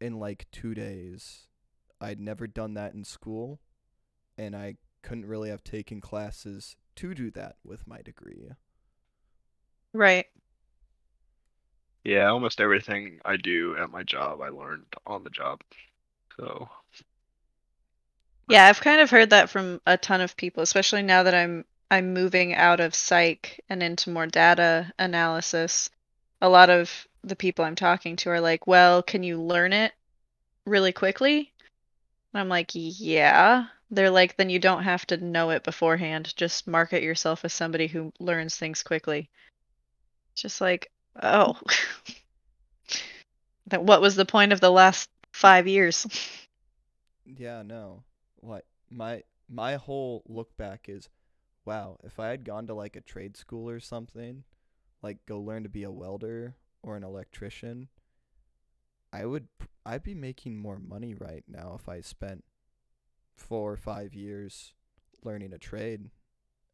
[SPEAKER 1] in like two days. I'd never done that in school, and I couldn't really have taken classes to do that with my degree.
[SPEAKER 2] Right.
[SPEAKER 3] Yeah, almost everything I do at my job, I learned on the job. So
[SPEAKER 2] Yeah, I've kind of heard that from a ton of people, especially now that I'm I'm moving out of psych and into more data analysis. A lot of the people I'm talking to are like, "Well, can you learn it really quickly?" And I'm like, "Yeah, They're like, then you don't have to know it beforehand. Just market yourself as somebody who learns things quickly. It's Just like, oh. [LAUGHS] then what was the point of the last five years?
[SPEAKER 1] Yeah, no. Like my my whole look back is, wow, if I had gone to like a trade school or something, like go learn to be a welder or an electrician, I would p- I'd be making more money right now if I spent 4 or 5 years learning a trade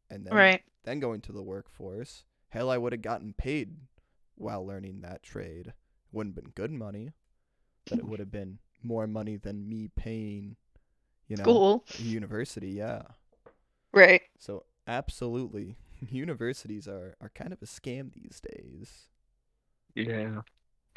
[SPEAKER 1] and then
[SPEAKER 2] [LAUGHS] Right.
[SPEAKER 1] then going to the workforce. Hell, I would have gotten paid while learning that trade. Wouldn't been good money, but it would have been more money than me paying, you know,
[SPEAKER 2] School.
[SPEAKER 1] university. Yeah.
[SPEAKER 2] Right.
[SPEAKER 1] So absolutely, [LAUGHS] universities are are kind of a scam these days.
[SPEAKER 3] Yeah.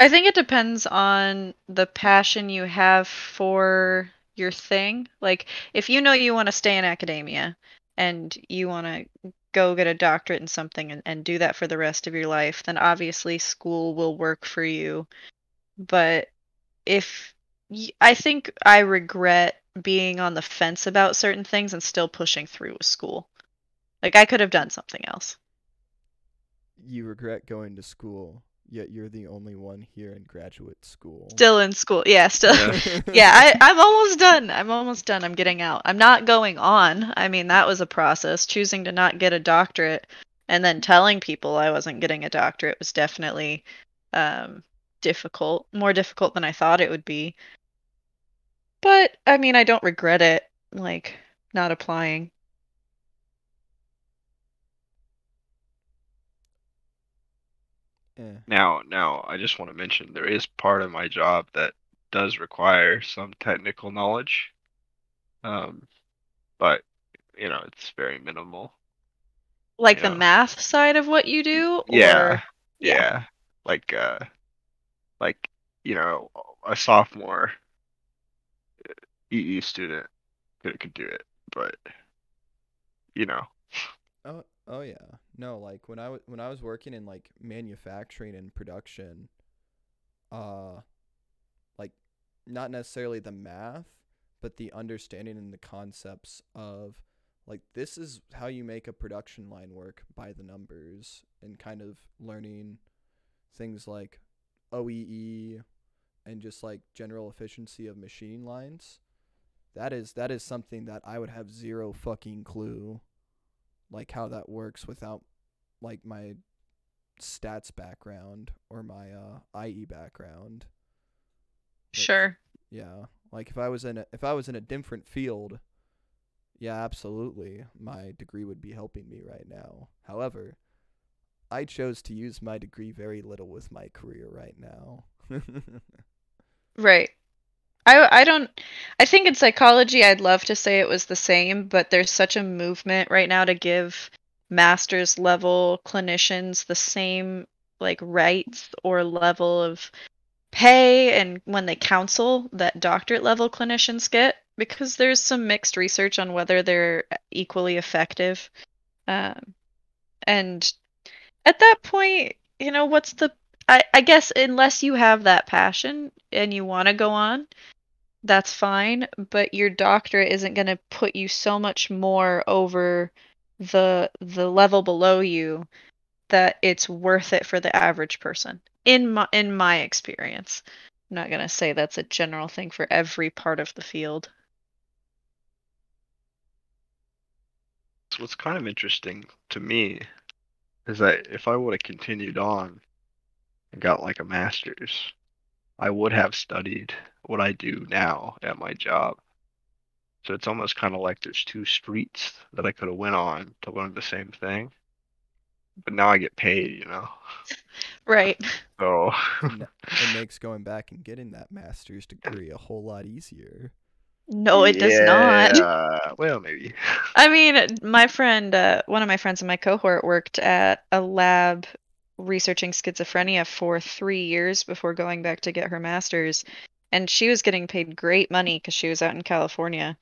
[SPEAKER 2] I think it depends on the passion you have for your thing. Like, if you know you want to stay in academia and you want to go get a doctorate in something and, and do that for the rest of your life, then obviously school will work for you. But if y- I think I regret being on the fence about certain things and still pushing through with school, like, I could have done something else.
[SPEAKER 1] You regret going to school, yet you're the only one here in graduate school.
[SPEAKER 2] Still [LAUGHS] in school. Yeah, still.
[SPEAKER 3] Yeah.
[SPEAKER 2] yeah, I, I'm almost done. I'm almost done. I'm getting out. I'm not going on. I mean, that was a process. Choosing to not get a doctorate and then telling people I wasn't getting a doctorate was definitely um, difficult, more difficult than I thought it would be. But I mean, I don't regret it, like not applying.
[SPEAKER 1] [LAUGHS] Eh.
[SPEAKER 3] Now, now, I just want to mention there is part of my job that does require some technical knowledge, um, but you know it's very minimal.
[SPEAKER 2] Like
[SPEAKER 3] Yeah.
[SPEAKER 2] the math side of what you do?
[SPEAKER 3] Yeah,
[SPEAKER 2] or-
[SPEAKER 3] yeah. Like, uh, like you know, a sophomore uh, EE student could could do it, but you know,
[SPEAKER 1] Oh, oh yeah. No, like when I was when I was working in like manufacturing and production, uh, like not necessarily the math, but the understanding and the concepts of like this is how you make a production line work by the numbers and kind of learning things like OEE and just like general efficiency of machining lines. That is that is something that I would have zero fucking clue like how that works without like my stats background or my uh, IE background. Like,
[SPEAKER 2] Sure.
[SPEAKER 1] Yeah. Like if I was in a, if I was in a different field, yeah, absolutely, my degree would be helping me right now. However, I chose to use my degree very little with my career right now.
[SPEAKER 2] Right. I I don't I think in psychology I'd love to say it was the same, but there's such a movement right now to give master's level clinicians the same like rights or level of pay and when they counsel that doctorate level clinicians get because there's some mixed research on whether they're equally effective. Um, and at that point, you know, what's the I, I guess unless you have that passion and you want to go on, that's fine. But your doctorate isn't going to put you so much more over the the level below you that it's worth it for the average person. In my in my experience, I'm not going to say that's a general thing for every part of the field.
[SPEAKER 3] So what's kind of interesting to me is that if I would have continued on and got like a master's, I would have studied what I do now at my job. So it's almost kind of like there's two streets that I could have went on to learn the same thing, but now I get paid, you know.
[SPEAKER 2] Right. [LAUGHS]
[SPEAKER 3] So [LAUGHS]
[SPEAKER 1] it makes going back and getting that master's degree a whole lot easier.
[SPEAKER 2] No, it does not. [LAUGHS]
[SPEAKER 3] Yeah, Well, maybe. [LAUGHS]
[SPEAKER 2] I mean, my friend, uh, one of my friends in my cohort worked at a lab researching schizophrenia for three years before going back to get her master's. And she was getting paid great money because she was out in California.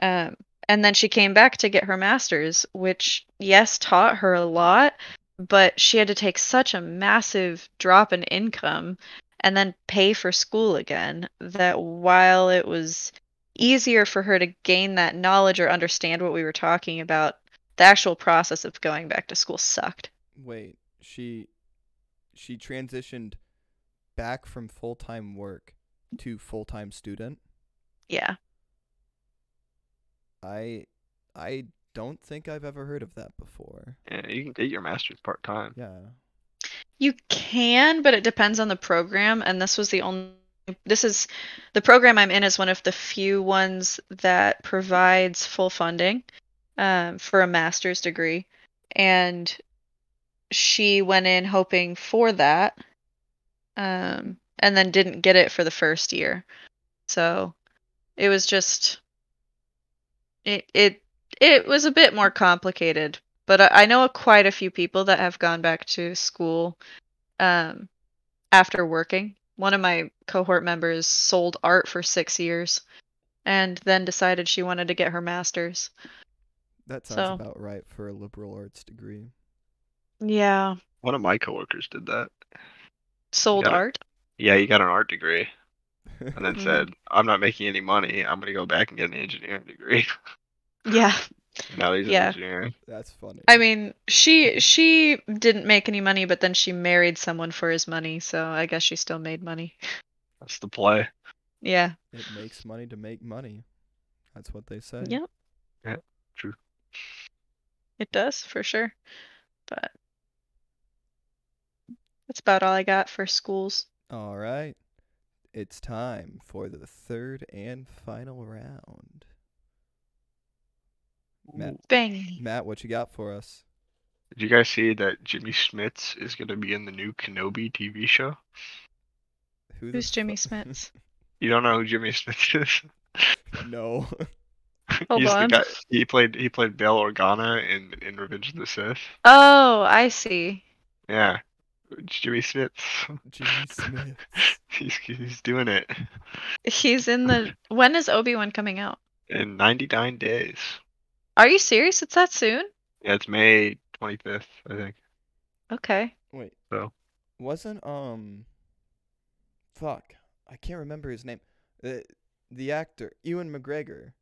[SPEAKER 2] Um, and then she came back to get her master's, which, yes, taught her a lot, but she had to take such a massive drop in income and then pay for school again that while it was easier for her to gain that knowledge or understand what we were talking about. The actual process of going back to school sucked.
[SPEAKER 1] Wait, she she transitioned back from full-time work to full-time student.
[SPEAKER 2] Yeah.
[SPEAKER 1] I I don't think I've ever heard of that before.
[SPEAKER 3] Yeah, you can get your master's part time.
[SPEAKER 1] Yeah.
[SPEAKER 2] You can, but it depends on the program. And this was the only. This is the program I'm in is one of the few ones that provides full funding um, for a master's degree, and she went in hoping for that, um, and then didn't get it for the first year. So it was just it it it was a bit more complicated, but I, I know a, quite a few people that have gone back to school um, after working. One of my cohort members sold art for six years and then decided she wanted to get her master's.
[SPEAKER 1] That sounds
[SPEAKER 2] So-
[SPEAKER 1] about right for a liberal arts degree. [LAUGHS]
[SPEAKER 2] Yeah.
[SPEAKER 3] One of my coworkers did that.
[SPEAKER 2] Sold
[SPEAKER 3] Got it.
[SPEAKER 2] art?
[SPEAKER 3] Yeah, he got an art degree and then
[SPEAKER 2] Mhm.
[SPEAKER 3] said, "I'm not making any money. I'm gonna go back and get an engineering degree." [LAUGHS]
[SPEAKER 2] Yeah.
[SPEAKER 3] now he's
[SPEAKER 2] Yeah.
[SPEAKER 3] an engineer.
[SPEAKER 1] That's funny.
[SPEAKER 2] [LAUGHS] I mean, she she didn't make any money, but then she married someone for his money, so I guess she still made money.
[SPEAKER 3] That's the play.
[SPEAKER 2] Yeah.
[SPEAKER 1] it makes money to make money. That's what they say.
[SPEAKER 2] Yep.
[SPEAKER 3] True.
[SPEAKER 2] It does for sure. But that's about all I got for schools.
[SPEAKER 1] All right. It's time for the third and final round. Matt.
[SPEAKER 3] Ooh. [LAUGHS]
[SPEAKER 2] Bang.
[SPEAKER 1] Matt, what you got for us?
[SPEAKER 3] Did you guys see that Jimmy Smits is gonna be in the new Kenobi TV show?
[SPEAKER 1] Who the
[SPEAKER 2] Who's Jimmy
[SPEAKER 1] fu-
[SPEAKER 3] [LAUGHS]
[SPEAKER 2] Smits?
[SPEAKER 3] You don't know who Jimmy [LAUGHS] Smits is?
[SPEAKER 1] [LAUGHS] no. [LAUGHS]
[SPEAKER 2] Hold
[SPEAKER 3] He's
[SPEAKER 2] on.
[SPEAKER 3] the guy. He played he played Bail Organa in in Revenge of the Sith.
[SPEAKER 2] Oh, I see.
[SPEAKER 3] Yeah, it's Jimmy Smits. [LAUGHS]
[SPEAKER 1] Jimmy Smith.
[SPEAKER 3] he's he's doing it
[SPEAKER 2] He's in the. When is Obi Wan coming out?
[SPEAKER 3] in 99 days.
[SPEAKER 2] Are you serious? It's that soon?
[SPEAKER 3] Yeah, it's May 25th, I think.
[SPEAKER 2] Okay.
[SPEAKER 1] Wait.
[SPEAKER 3] So.
[SPEAKER 1] Wasn't um fuck. I can't remember his name. The the actor, Ewan McGregor.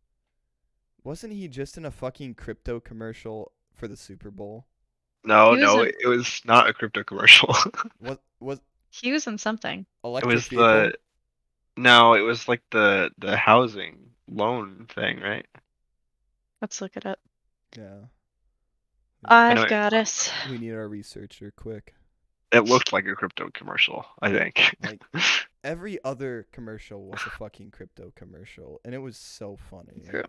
[SPEAKER 1] Wasn't he just in a fucking crypto commercial for the Super Bowl?
[SPEAKER 3] No,
[SPEAKER 2] He was
[SPEAKER 3] no,
[SPEAKER 2] in-
[SPEAKER 3] it was not a crypto commercial. [LAUGHS]
[SPEAKER 1] Was was
[SPEAKER 2] He was in something.
[SPEAKER 3] it
[SPEAKER 1] electric
[SPEAKER 3] was
[SPEAKER 1] vehicle?
[SPEAKER 3] the no, it was like the the housing loan thing, right?
[SPEAKER 2] Let's look it up.
[SPEAKER 1] Yeah.
[SPEAKER 3] know it-
[SPEAKER 2] I've got us.
[SPEAKER 1] We need our researcher quick.
[SPEAKER 3] It looked like a crypto commercial, I think. [LAUGHS]
[SPEAKER 1] Like every other commercial was a fucking crypto commercial, and it was so funny.
[SPEAKER 2] True.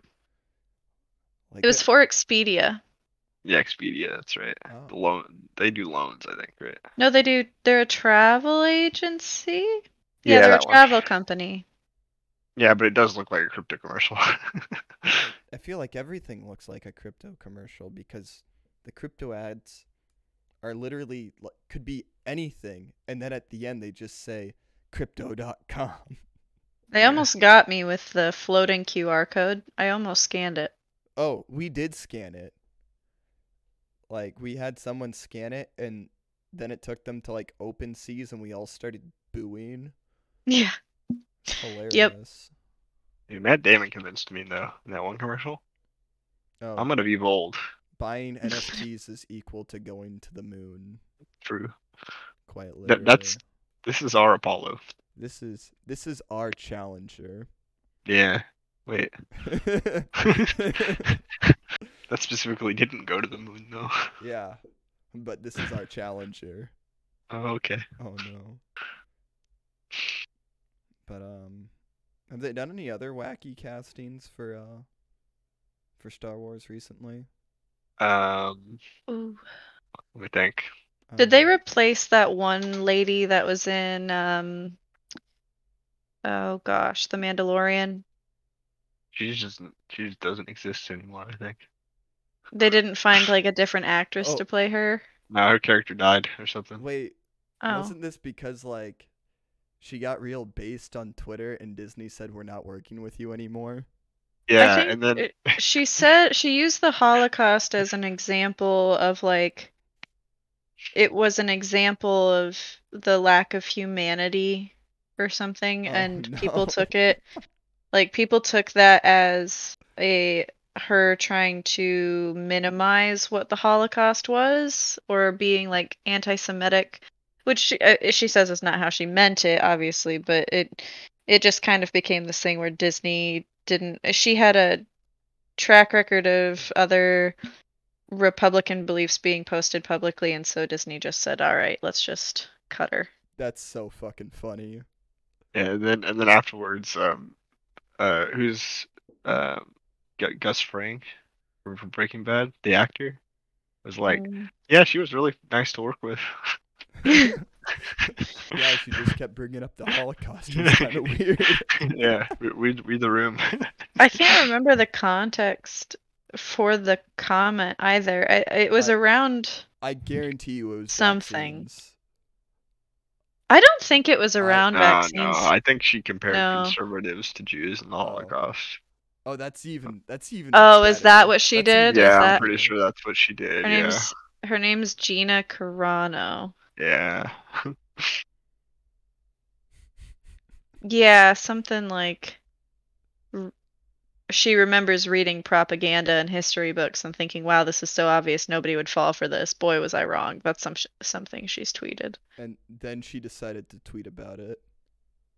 [SPEAKER 1] Like
[SPEAKER 2] It was
[SPEAKER 1] that-
[SPEAKER 2] for Expedia.
[SPEAKER 3] yeah, Expedia, that's right.
[SPEAKER 1] Oh.
[SPEAKER 3] The loan they do loans, I think, right?
[SPEAKER 2] No, they do. They're a travel agency. Yeah,
[SPEAKER 3] Yeah,
[SPEAKER 2] they're a
[SPEAKER 3] that one.
[SPEAKER 2] travel company.
[SPEAKER 3] Yeah, but it does look like a crypto commercial. [LAUGHS]
[SPEAKER 1] I feel like everything looks like a crypto commercial because the crypto ads are literally like, could be anything, and then at the end they just say crypto.com.
[SPEAKER 2] They
[SPEAKER 3] Yeah.
[SPEAKER 2] almost got me with the floating QR code. I almost scanned it.
[SPEAKER 1] [LAUGHS]
[SPEAKER 2] [LAUGHS]
[SPEAKER 1] Oh, we did scan it. Like we had someone scan it, and then it took them to like open seas, and we all started booing.
[SPEAKER 2] Yeah.
[SPEAKER 1] Hilarious.
[SPEAKER 3] Dude, Matt Damon convinced me though in that one commercial.
[SPEAKER 1] Oh.
[SPEAKER 3] I'm gonna be bold.
[SPEAKER 1] buying NFTs is equal to going to the moon.
[SPEAKER 3] True.
[SPEAKER 1] Quite literally.
[SPEAKER 3] That- that's- This is our Apollo.
[SPEAKER 1] this is this is our challenger. [LAUGHS]
[SPEAKER 3] Yeah. Wait. [LAUGHS] that specifically didn't go to the moon though. [LAUGHS]
[SPEAKER 1] yeah, but this is our challenger.
[SPEAKER 3] Oh, okay.
[SPEAKER 1] Oh no. But um, have they done any other wacky castings for uh for Star Wars recently?
[SPEAKER 3] Um,
[SPEAKER 2] Ooh.
[SPEAKER 3] let me think.
[SPEAKER 2] Did they
[SPEAKER 1] Um,
[SPEAKER 2] replace that one lady that was in um oh gosh, The Mandalorian?
[SPEAKER 3] She just doesn't. She just doesn't exist anymore. I think.
[SPEAKER 2] They didn't find like a different actress
[SPEAKER 1] Oh.
[SPEAKER 2] to play her.
[SPEAKER 3] No, her character died or something.
[SPEAKER 1] wait?
[SPEAKER 2] Oh.
[SPEAKER 1] Wasn't this because like she got real based on Twitter and Disney said we're not working with you anymore?
[SPEAKER 3] yeah,
[SPEAKER 2] think
[SPEAKER 3] and then
[SPEAKER 2] it- she said she used the Holocaust as an example of like it was an example of the lack of humanity or something
[SPEAKER 1] Oh, [LAUGHS]
[SPEAKER 2] and people
[SPEAKER 1] no.
[SPEAKER 2] took it Like people took that as a her trying to minimize what the Holocaust was or being like anti-Semitic, which she, uh, she says is not how she meant it, obviously, but it it just kind of became this thing where Disney didn't. She had a track record of other Republican beliefs being posted publicly, and so Disney just said, "All right, let's just cut her."
[SPEAKER 1] That's so fucking funny.
[SPEAKER 3] Yeah, and then and then afterwards, um, uh, who's um, Gu- Gus Fring from from Breaking Bad, the actor, was like,
[SPEAKER 2] Mm.
[SPEAKER 3] yeah, she was really nice to work with. [LAUGHS]
[SPEAKER 1] yeah, she just kept bringing
[SPEAKER 2] [LAUGHS]
[SPEAKER 1] up the Holocaust. It's kind of weird.
[SPEAKER 3] yeah, re- read read
[SPEAKER 2] [LAUGHS]
[SPEAKER 3] the room.
[SPEAKER 2] I can't remember the context for the comment either. I, it was
[SPEAKER 1] I-
[SPEAKER 2] around.
[SPEAKER 1] I guarantee you it was
[SPEAKER 2] Something.
[SPEAKER 1] vaccines.
[SPEAKER 2] I don't think it was
[SPEAKER 1] I-
[SPEAKER 2] around
[SPEAKER 3] no, no,
[SPEAKER 2] vaccines.
[SPEAKER 3] I think she compared
[SPEAKER 2] No.
[SPEAKER 3] conservatives to Jews in the
[SPEAKER 1] Oh.
[SPEAKER 3] Holocaust.
[SPEAKER 1] Oh, that's even. That's even.
[SPEAKER 2] Oh, is that
[SPEAKER 1] better.
[SPEAKER 2] what she
[SPEAKER 1] That's even
[SPEAKER 2] did? Is
[SPEAKER 3] Yeah, I'm
[SPEAKER 2] that-
[SPEAKER 3] pretty sure that's what she did.
[SPEAKER 2] her
[SPEAKER 3] yeah,
[SPEAKER 2] name's her name's Gina Carano.
[SPEAKER 3] yeah. [LAUGHS]
[SPEAKER 2] Yeah, something like r- she remembers reading propaganda and history books and thinking, "Wow, this is so obvious. Nobody would fall for this. Boy, was I wrong." That's some sh- something she's tweeted.
[SPEAKER 1] And then she decided to tweet about it.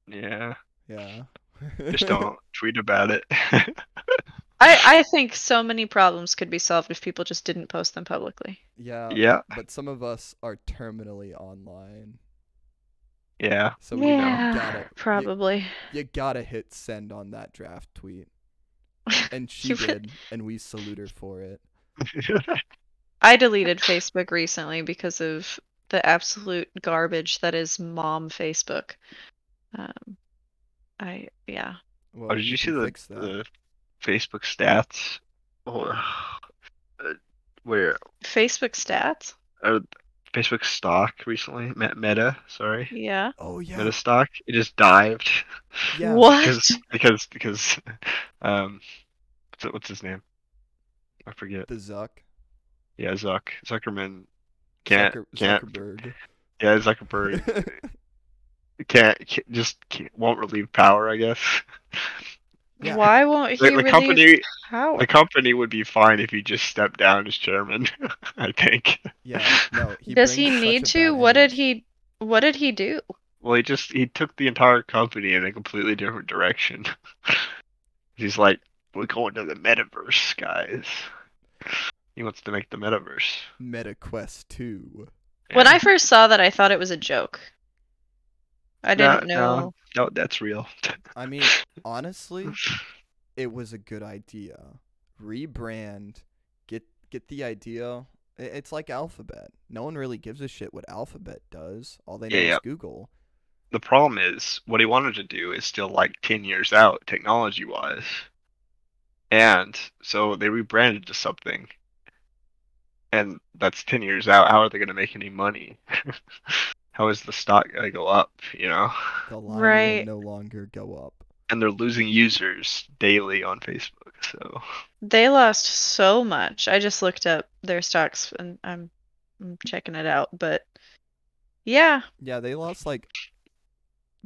[SPEAKER 3] Yeah,
[SPEAKER 1] Yeah. [LAUGHS]
[SPEAKER 3] just don't tweet about it. [LAUGHS]
[SPEAKER 2] I I think so many problems could be solved if people just didn't post them publicly.
[SPEAKER 1] yeah.
[SPEAKER 3] yeah,
[SPEAKER 1] But some of us are terminally online,
[SPEAKER 3] [LAUGHS] yeah.
[SPEAKER 1] so we
[SPEAKER 3] Yeah,
[SPEAKER 1] gotta you-
[SPEAKER 2] probably.
[SPEAKER 1] You, gotta hit send on that draft
[SPEAKER 2] [LAUGHS]
[SPEAKER 1] tweet. And she
[SPEAKER 2] You re-
[SPEAKER 1] did, and we salute her for it.
[SPEAKER 2] I deleted Facebook recently because of the absolute garbage that is mom Facebook. Um, I yeah.
[SPEAKER 1] Well,
[SPEAKER 3] oh, did you see the,
[SPEAKER 1] fix that.
[SPEAKER 3] the Facebook stats? Or, Oh, uh, where
[SPEAKER 2] Facebook stats?
[SPEAKER 3] uh, Facebook stock recently? Met Meta, sorry,
[SPEAKER 2] Yeah.
[SPEAKER 1] Oh yeah,
[SPEAKER 3] Meta stock. It just dived [LAUGHS]
[SPEAKER 1] yeah.
[SPEAKER 2] What?
[SPEAKER 3] because because because [LAUGHS] um, what's, it- what's his name? I forget.
[SPEAKER 1] The Zuck.
[SPEAKER 3] Yeah, Zuck Zuckerman can't
[SPEAKER 1] Zucker-
[SPEAKER 3] can't
[SPEAKER 1] Zuckerberg. [LAUGHS]
[SPEAKER 3] yeah Zuckerberg can't, can't just can't, won't relieve power. I guess
[SPEAKER 1] Yeah.
[SPEAKER 2] Why won't he
[SPEAKER 3] the, the
[SPEAKER 2] relieve
[SPEAKER 3] company
[SPEAKER 2] power?
[SPEAKER 3] the company would be fine if he just stepped down as chairman. [LAUGHS] I think.
[SPEAKER 1] yeah. No. He
[SPEAKER 2] Does he
[SPEAKER 1] brings such
[SPEAKER 2] need
[SPEAKER 1] a
[SPEAKER 2] to?
[SPEAKER 1] bad
[SPEAKER 2] What did
[SPEAKER 1] energy.
[SPEAKER 2] he what did he do?
[SPEAKER 3] Well, he just he took the entire company in a completely different direction. [LAUGHS] He's like, we're going to the metaverse, guys. He wants to make the metaverse.
[SPEAKER 1] Meta Quest Two.
[SPEAKER 2] When
[SPEAKER 3] Yeah.
[SPEAKER 2] I first saw that I thought it was a joke. I
[SPEAKER 3] No,
[SPEAKER 2] didn't
[SPEAKER 3] no.
[SPEAKER 2] know.
[SPEAKER 3] no, that's real. [LAUGHS]
[SPEAKER 1] I mean, honestly, it was a good idea. Rebrand, get get the idea. I- It's like Alphabet. No one really gives a shit what Alphabet does. All they know
[SPEAKER 3] Yeah,
[SPEAKER 1] is
[SPEAKER 3] yeah.
[SPEAKER 1] Google.
[SPEAKER 3] the problem is what he wanted to do is still like 10 years out technology wise and so they rebranded to something and that's 10 years out how are they going to make any money [LAUGHS] how is the stock going to go up you know
[SPEAKER 1] The line
[SPEAKER 2] Right.
[SPEAKER 1] will no longer go up.
[SPEAKER 3] and they're losing users daily on facebook so
[SPEAKER 2] They lost so much. I just looked up their stocks and I'm I'm checking it out, but yeah,
[SPEAKER 1] Yeah, they lost like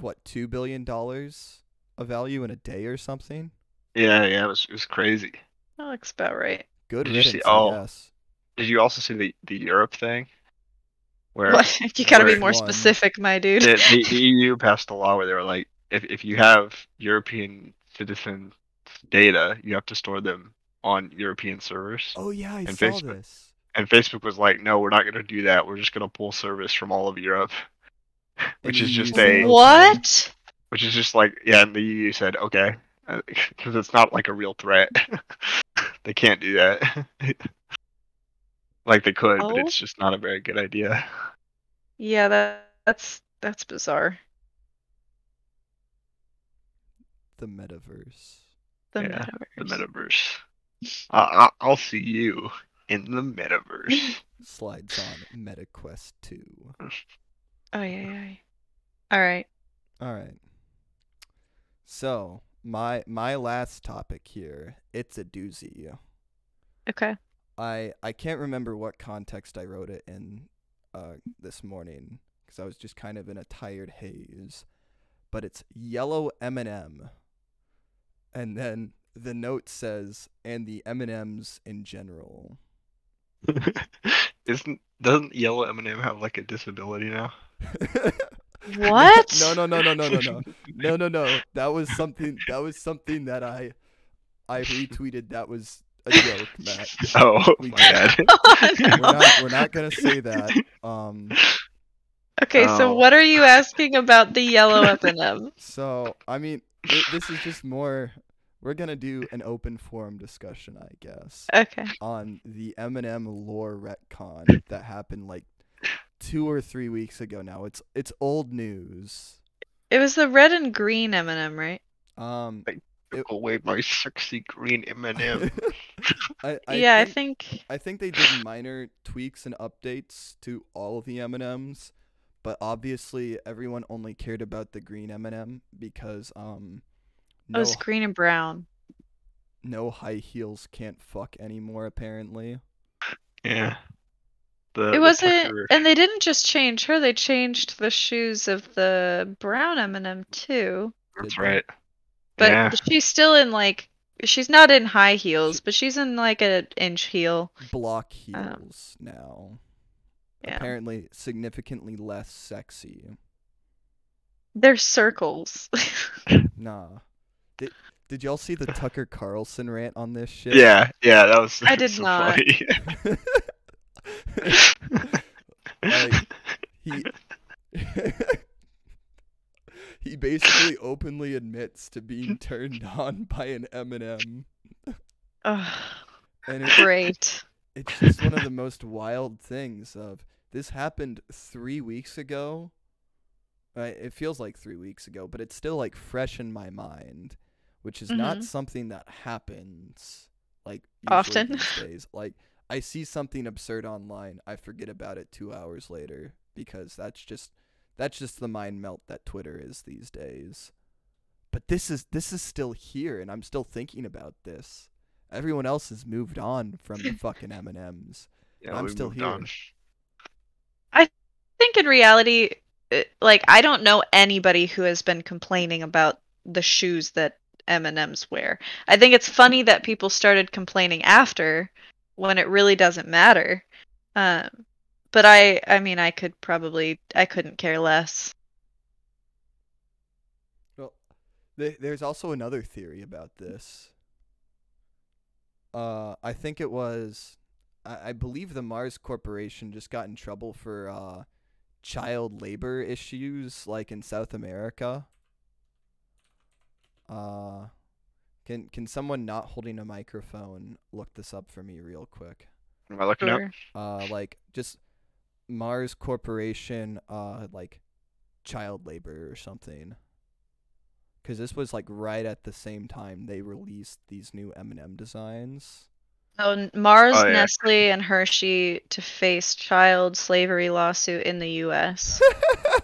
[SPEAKER 1] what two billion dollars of value in a day or something.
[SPEAKER 3] yeah yeah it was, it was crazy
[SPEAKER 2] that looks about right.
[SPEAKER 1] Good
[SPEAKER 3] Did you see-
[SPEAKER 1] riddance,
[SPEAKER 3] oh,
[SPEAKER 1] I guess.
[SPEAKER 3] did you also see the, the europe thing where
[SPEAKER 2] [LAUGHS] you gotta be
[SPEAKER 3] Right.
[SPEAKER 2] more
[SPEAKER 1] One.
[SPEAKER 2] specific, my dude.
[SPEAKER 3] the,
[SPEAKER 2] [LAUGHS]
[SPEAKER 3] the, the EU passed a law where they were like, if if you have European citizen data, you have to store them on European servers.
[SPEAKER 1] Oh yeah, I
[SPEAKER 3] and
[SPEAKER 1] saw
[SPEAKER 3] Facebook.
[SPEAKER 1] this.
[SPEAKER 3] And Facebook was like, no, we're not going to do that. We're just going to pull service from all of Europe, which
[SPEAKER 1] And
[SPEAKER 3] is
[SPEAKER 1] you
[SPEAKER 3] just
[SPEAKER 1] use
[SPEAKER 3] a,
[SPEAKER 1] it.
[SPEAKER 2] what?
[SPEAKER 3] which is just like, yeah. And the EU said, okay, [LAUGHS] because it's not like a real threat. [LAUGHS] they can't do that. [LAUGHS] like they could, but
[SPEAKER 2] Oh.
[SPEAKER 3] it's just not a very good idea.
[SPEAKER 2] Yeah, that, that's that's bizarre.
[SPEAKER 1] The metaverse.
[SPEAKER 2] The
[SPEAKER 3] Yeah, The
[SPEAKER 2] metaverse.
[SPEAKER 3] metaverse. I- I- I'll see you in
[SPEAKER 2] [LAUGHS]
[SPEAKER 3] the metaverse.
[SPEAKER 1] Slides on MetaQuest Two.
[SPEAKER 2] Oh yeah, yeah. yeah. All right.
[SPEAKER 1] All right. So my my last topic here. It's a doozy.
[SPEAKER 3] [LAUGHS]
[SPEAKER 2] Okay.
[SPEAKER 1] I I can't remember what context I wrote it in uh, this morning because I was just kind of in a tired haze. But it's yellow M and m and then the note says, "and the M and M's in general." [LAUGHS]
[SPEAKER 3] Isn't doesn't yellow Eminem have like a disability now?
[SPEAKER 2] What? [LAUGHS]
[SPEAKER 1] No, no, no, no, no, no, no, no, [LAUGHS] no, no. That was something. That was something that I, I retweeted. That was a joke, Matt.
[SPEAKER 3] Oh
[SPEAKER 1] [LAUGHS] We
[SPEAKER 3] my
[SPEAKER 1] can't.
[SPEAKER 3] bad. [LAUGHS]
[SPEAKER 1] We're
[SPEAKER 2] no.
[SPEAKER 1] not. We're not gonna say that. Um.
[SPEAKER 2] Okay,
[SPEAKER 3] Oh.
[SPEAKER 2] so what are you asking about the yellow M&M?
[SPEAKER 1] So I mean, thi- this is just more. We're gonna do an open forum discussion, I guess,
[SPEAKER 2] Okay.
[SPEAKER 1] on the Eminem lore retcon that happened like two or three weeks ago. Now it's it's old news.
[SPEAKER 2] It was the red and green M&M, right?
[SPEAKER 1] Um.
[SPEAKER 3] Took away my sexy green Eminem.
[SPEAKER 1] [LAUGHS] I, I
[SPEAKER 2] yeah,
[SPEAKER 1] think-
[SPEAKER 2] I think
[SPEAKER 1] I think they did minor tweaks and updates to all of the M&Ms, but obviously everyone only cared about the green M&M because um
[SPEAKER 2] it
[SPEAKER 1] no,
[SPEAKER 2] was green and brown.
[SPEAKER 1] no high heels can't fuck anymore apparently.
[SPEAKER 3] yeah. The,
[SPEAKER 2] it
[SPEAKER 3] the
[SPEAKER 2] wasn't
[SPEAKER 3] Tucker-
[SPEAKER 2] and they didn't just change her, they changed the shoes of the brown M&M too.
[SPEAKER 3] That's
[SPEAKER 1] Did-
[SPEAKER 3] right.
[SPEAKER 2] But
[SPEAKER 3] yeah.
[SPEAKER 2] she's still in like she's not in high heels, but she's in like an inch heel.
[SPEAKER 1] Block
[SPEAKER 2] Um,
[SPEAKER 1] heels now.
[SPEAKER 2] yeah.
[SPEAKER 1] Apparently significantly less sexy.
[SPEAKER 2] They're circles. [LAUGHS]
[SPEAKER 1] Nah. Did, did y'all see the Tucker Carlson rant on this shit? [LAUGHS]
[SPEAKER 3] Yeah, yeah, that was. [LAUGHS]
[SPEAKER 2] I did
[SPEAKER 3] so
[SPEAKER 2] not. [LAUGHS]
[SPEAKER 3] funny.
[SPEAKER 1] Like, [LAUGHS] he he basically openly admits to being turned on by an Eminem,
[SPEAKER 2] Ugh,
[SPEAKER 1] and it,
[SPEAKER 2] great.
[SPEAKER 1] it's just one of the most wild things. Of this happened three weeks ago. Right, it feels like three weeks ago, but it's still like fresh in my mind, which is not
[SPEAKER 2] Mhm.
[SPEAKER 1] something that happens like usually
[SPEAKER 2] Often.
[SPEAKER 1] these days. Like I see something absurd online, I forget about it two hours later because that's just that's just the mind melt that Twitter is these days. But this is this is still here, and I'm still thinking about this. Everyone else has moved on from the fucking M and M's.
[SPEAKER 3] Yeah,
[SPEAKER 1] I'm
[SPEAKER 3] we
[SPEAKER 1] still
[SPEAKER 3] moved
[SPEAKER 1] here.
[SPEAKER 3] on.
[SPEAKER 2] I think in reality, uh, like I don't know anybody who has been complaining about the shoes that M and M's wear. I think it's funny that people started complaining after, when it really doesn't matter. Um, but I, I mean, I could probably, I couldn't care less.
[SPEAKER 1] Well, th- there's also another theory about this. Uh, I think it was, I-, I believe the Mars Corporation just got in trouble for uh, child labor issues, like in South America. Uh, can can someone not holding a microphone look this up for me real quick?
[SPEAKER 3] Am I looking up?
[SPEAKER 2] Or-
[SPEAKER 1] uh, like just Mars Corporation, uh, like child labor or something. Because this was like right at the same time they released these new M&M designs.
[SPEAKER 2] Oh, n- Mars,
[SPEAKER 3] Oh, yeah.
[SPEAKER 2] Nestle, and Hershey to face child slavery lawsuit in the U.S.
[SPEAKER 1] Oh,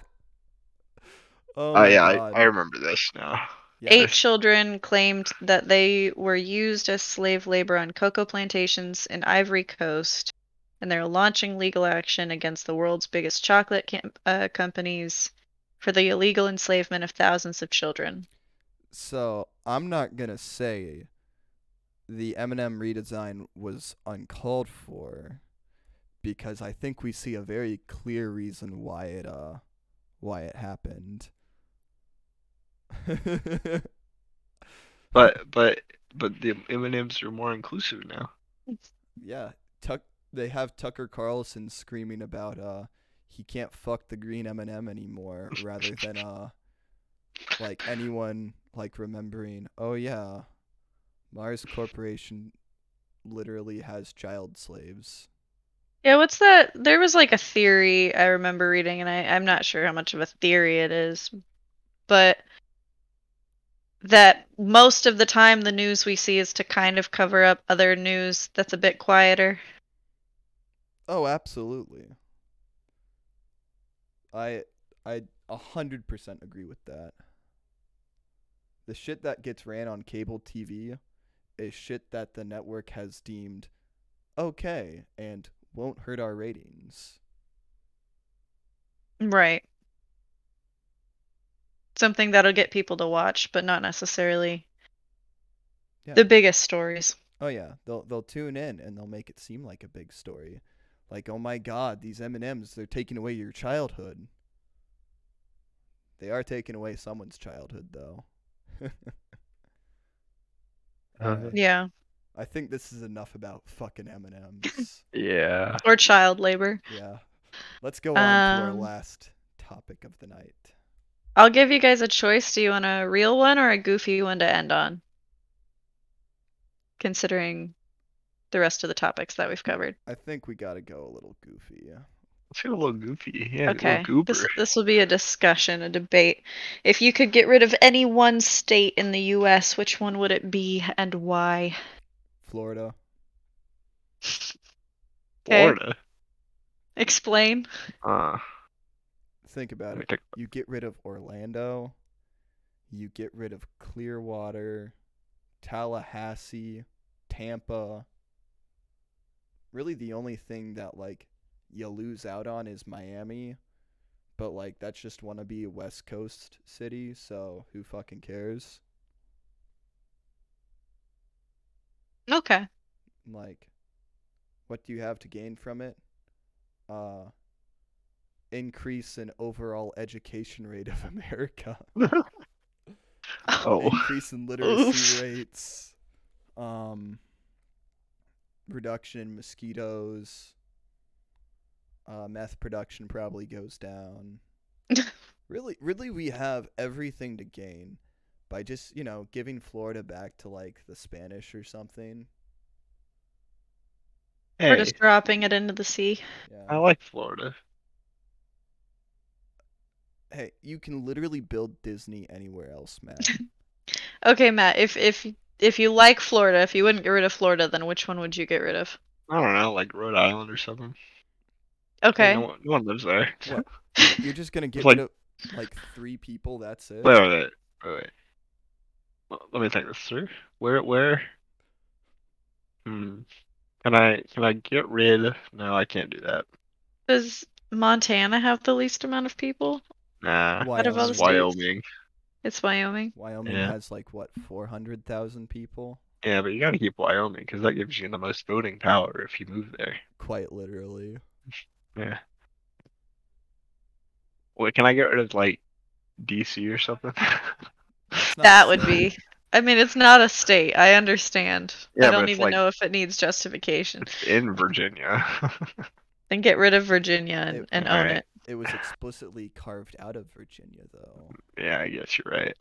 [SPEAKER 3] Oh,
[SPEAKER 1] my
[SPEAKER 3] yeah, I,
[SPEAKER 1] God.
[SPEAKER 3] I remember this now.
[SPEAKER 1] Yeah,
[SPEAKER 2] Eight children claimed that they were used as slave labor on cocoa plantations in Ivory Coast, and they're launching legal action against the world's biggest chocolate cam- uh, companies for the illegal enslavement of thousands of children.
[SPEAKER 1] So I'm not gonna say the Eminem redesign was uncalled for because I think we see a very clear reason why it uh why it happened. [LAUGHS]
[SPEAKER 3] But but but the M and M's are more inclusive now.
[SPEAKER 1] yeah, Tuck they have Tucker Carlson screaming about uh he can't fuck the green M&M anymore rather than uh like anyone like remembering, oh yeah, Mars Corporation literally has child slaves.
[SPEAKER 2] Yeah, what's that? There was like a theory I remember reading, and I, I'm not sure how much of a theory it is, but that most of the time the news we see is to kind of cover up other news that's a bit quieter.
[SPEAKER 1] Oh, absolutely. I I a hundred percent agree with that. The shit that gets ran on cable TV is shit that the network has deemed okay and won't hurt our ratings.
[SPEAKER 2] Right. Something that'll get people to watch, but not necessarily
[SPEAKER 1] Yeah.
[SPEAKER 2] The biggest stories.
[SPEAKER 1] Oh yeah, they'll they'll tune in and they'll make it seem like a big story. Like, "Oh my god, these M&Ms, they're taking away your childhood." They are taking away someone's childhood though. [LAUGHS] Uh,
[SPEAKER 2] Yeah.
[SPEAKER 1] I think this is enough about fucking
[SPEAKER 2] [LAUGHS]
[SPEAKER 1] M&Ms.
[SPEAKER 3] yeah.
[SPEAKER 2] Or child labor.
[SPEAKER 1] yeah. Let's go on to our
[SPEAKER 2] Um,
[SPEAKER 1] last topic of the night.
[SPEAKER 2] I'll give you guys a choice. Do you want a real one or a goofy one to end on? Considering the rest of the topics that we've covered.
[SPEAKER 1] I think we got to go a little goofy. Yeah.
[SPEAKER 3] Let's get a little goofy. Yeah,
[SPEAKER 2] okay.
[SPEAKER 3] a little goober.
[SPEAKER 2] This, this will be a discussion, a debate. If you could get rid of any one state in the US, which one would it be and why?
[SPEAKER 1] Florida.
[SPEAKER 2] okay.
[SPEAKER 3] Florida.
[SPEAKER 2] Explain.
[SPEAKER 3] Uh,
[SPEAKER 1] Think about it.
[SPEAKER 3] let me take-
[SPEAKER 1] you get rid of Orlando, you get rid of Clearwater, Tallahassee, Tampa. Really, the only thing that like you lose out on is Miami, but like that's just wanna be a West Coast city, so who fucking cares?
[SPEAKER 2] Okay.
[SPEAKER 1] Like, what do you have to gain from it? Uh, increase in overall education rate of [LAUGHS] America. [LAUGHS]
[SPEAKER 3] oh,
[SPEAKER 1] increase in literacy
[SPEAKER 2] Oof.
[SPEAKER 1] rates, um, reduction in mosquitoes, uh, meth production probably goes down. really, really, we have everything to gain by just you know giving Florida back to like the Spanish or something.
[SPEAKER 2] We're
[SPEAKER 3] hey,
[SPEAKER 2] just dropping it into the sea.
[SPEAKER 1] Yeah.
[SPEAKER 3] I like Florida.
[SPEAKER 1] Hey, you can literally build Disney anywhere else, man.
[SPEAKER 2] Okay, Matt, if if if you like Florida, if you wouldn't get rid of Florida, then which one would you get rid of?
[SPEAKER 3] I don't know, like Rhode Island or something.
[SPEAKER 2] Okay.
[SPEAKER 3] Hey, no, one, no one lives there.
[SPEAKER 1] What? You're just gonna get
[SPEAKER 3] Like-
[SPEAKER 1] rid of like three people. That's it.
[SPEAKER 3] Wait, wait, wait, wait, wait. L- Let me think this through. Where, where? Hmm. Can I, can I get rid? No, I can't do that.
[SPEAKER 2] Does Montana have the least amount of people?
[SPEAKER 3] Nah.
[SPEAKER 1] Out
[SPEAKER 2] of all
[SPEAKER 3] it's
[SPEAKER 2] the states?
[SPEAKER 3] Wyoming.
[SPEAKER 2] It's Wyoming.
[SPEAKER 1] Wyoming
[SPEAKER 3] Yeah.
[SPEAKER 1] has like what four hundred thousand people.
[SPEAKER 3] Yeah, but you gotta keep Wyoming because that gives you the most voting power if you move there.
[SPEAKER 1] quite literally.
[SPEAKER 3] Yeah. Wait, can I get rid of like DC or something? [LAUGHS]
[SPEAKER 1] It's not
[SPEAKER 2] That would
[SPEAKER 1] fair.
[SPEAKER 2] be. I mean, it's not a state. I understand.
[SPEAKER 3] Yeah,
[SPEAKER 2] I
[SPEAKER 3] but
[SPEAKER 2] don't
[SPEAKER 3] it's
[SPEAKER 2] even
[SPEAKER 3] like-
[SPEAKER 2] know if it needs justification.
[SPEAKER 3] it's in Virginia. [LAUGHS]
[SPEAKER 2] Then get rid of Virginia and,
[SPEAKER 1] It-
[SPEAKER 2] and own
[SPEAKER 3] Alright.
[SPEAKER 2] it.
[SPEAKER 1] It was explicitly carved out of Virginia, though.
[SPEAKER 3] yeah, I guess you're right.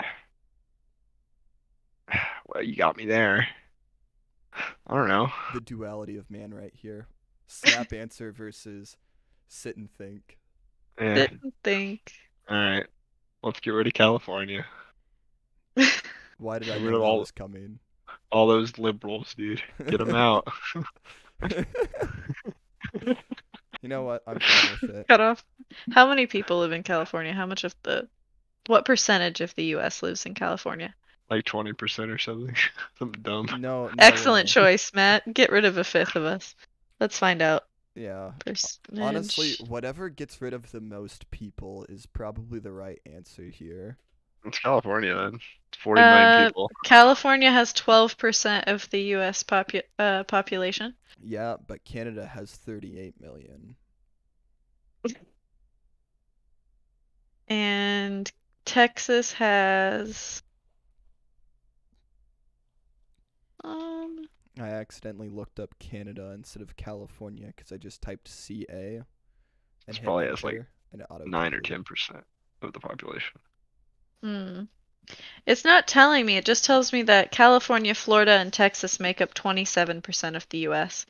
[SPEAKER 3] [SIGHS] Well, you got me there. [SIGHS] I don't know.
[SPEAKER 1] The duality of man, right here.
[SPEAKER 2] [LAUGHS]
[SPEAKER 1] Snap answer versus sit and think.
[SPEAKER 3] Yeah.
[SPEAKER 2] Didn't think.
[SPEAKER 3] All right. Let's get rid of California.
[SPEAKER 1] Why did I
[SPEAKER 3] Rid
[SPEAKER 1] know
[SPEAKER 3] of
[SPEAKER 1] that
[SPEAKER 3] all-
[SPEAKER 1] was
[SPEAKER 3] [LAUGHS]
[SPEAKER 1] coming?
[SPEAKER 3] All those liberals, dude. Get them out.
[SPEAKER 1] you know what? I'm fine with it.
[SPEAKER 2] Cut off. How many people live in California? How much of the. What percentage of the U.S. lives in California?
[SPEAKER 3] like 20% or something. [LAUGHS] something dumb.
[SPEAKER 1] No. no
[SPEAKER 2] Excellent
[SPEAKER 1] way.
[SPEAKER 2] choice, Matt. Get rid of a fifth of us. Let's find out.
[SPEAKER 1] Yeah.
[SPEAKER 2] Percentage.
[SPEAKER 1] Honestly, whatever gets rid of the most people is probably the right answer here.
[SPEAKER 3] It's California, then. 40 million
[SPEAKER 2] Uh,
[SPEAKER 3] people.
[SPEAKER 2] California has 12% of the U.S. Popu- uh, population.
[SPEAKER 1] Yeah, but Canada has 38 million.
[SPEAKER 2] And Texas has. Um,
[SPEAKER 1] I accidentally looked up Canada instead of California because I just typed CA.
[SPEAKER 3] It's probably has, like,
[SPEAKER 1] enter, and it auto
[SPEAKER 3] 9 or 10% of the population.
[SPEAKER 2] hmm. It's not telling me. It just tells me that California, Florida, and Texas make up 27% of the U.S.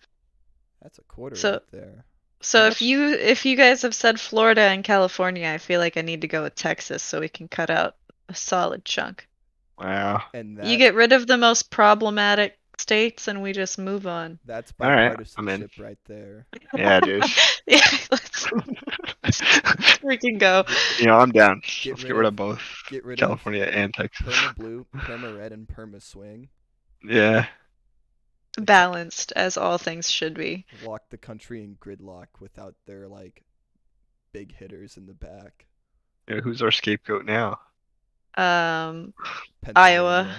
[SPEAKER 1] That's a quarter
[SPEAKER 2] So-
[SPEAKER 1] right there.
[SPEAKER 2] So if
[SPEAKER 3] That's-
[SPEAKER 2] you if you guys have said Florida and California, I feel like I need to go with Texas so we can cut out a solid chunk.
[SPEAKER 3] Wow.
[SPEAKER 1] And that,
[SPEAKER 2] You get rid of the most problematic states and we just move on. [LAUGHS]
[SPEAKER 1] that's
[SPEAKER 3] All right,
[SPEAKER 1] bipartisanship
[SPEAKER 3] I'm in.
[SPEAKER 1] right there.
[SPEAKER 3] Yeah, dude. [LAUGHS]
[SPEAKER 2] yeah, let's freaking go.
[SPEAKER 3] you know, I'm down. Let's
[SPEAKER 1] rid
[SPEAKER 3] get rid
[SPEAKER 1] of-
[SPEAKER 3] of both
[SPEAKER 1] Get rid
[SPEAKER 3] California and
[SPEAKER 1] of
[SPEAKER 3] Texas.
[SPEAKER 1] perma blue, perma red, and perma swing.
[SPEAKER 3] Yeah.
[SPEAKER 2] Balanced as all things should be.
[SPEAKER 1] Lock the country in gridlock without their like big hitters in the back.
[SPEAKER 3] Yeah, who's our scapegoat now?
[SPEAKER 2] Um, Iowa.
[SPEAKER 1] Pennsylvania.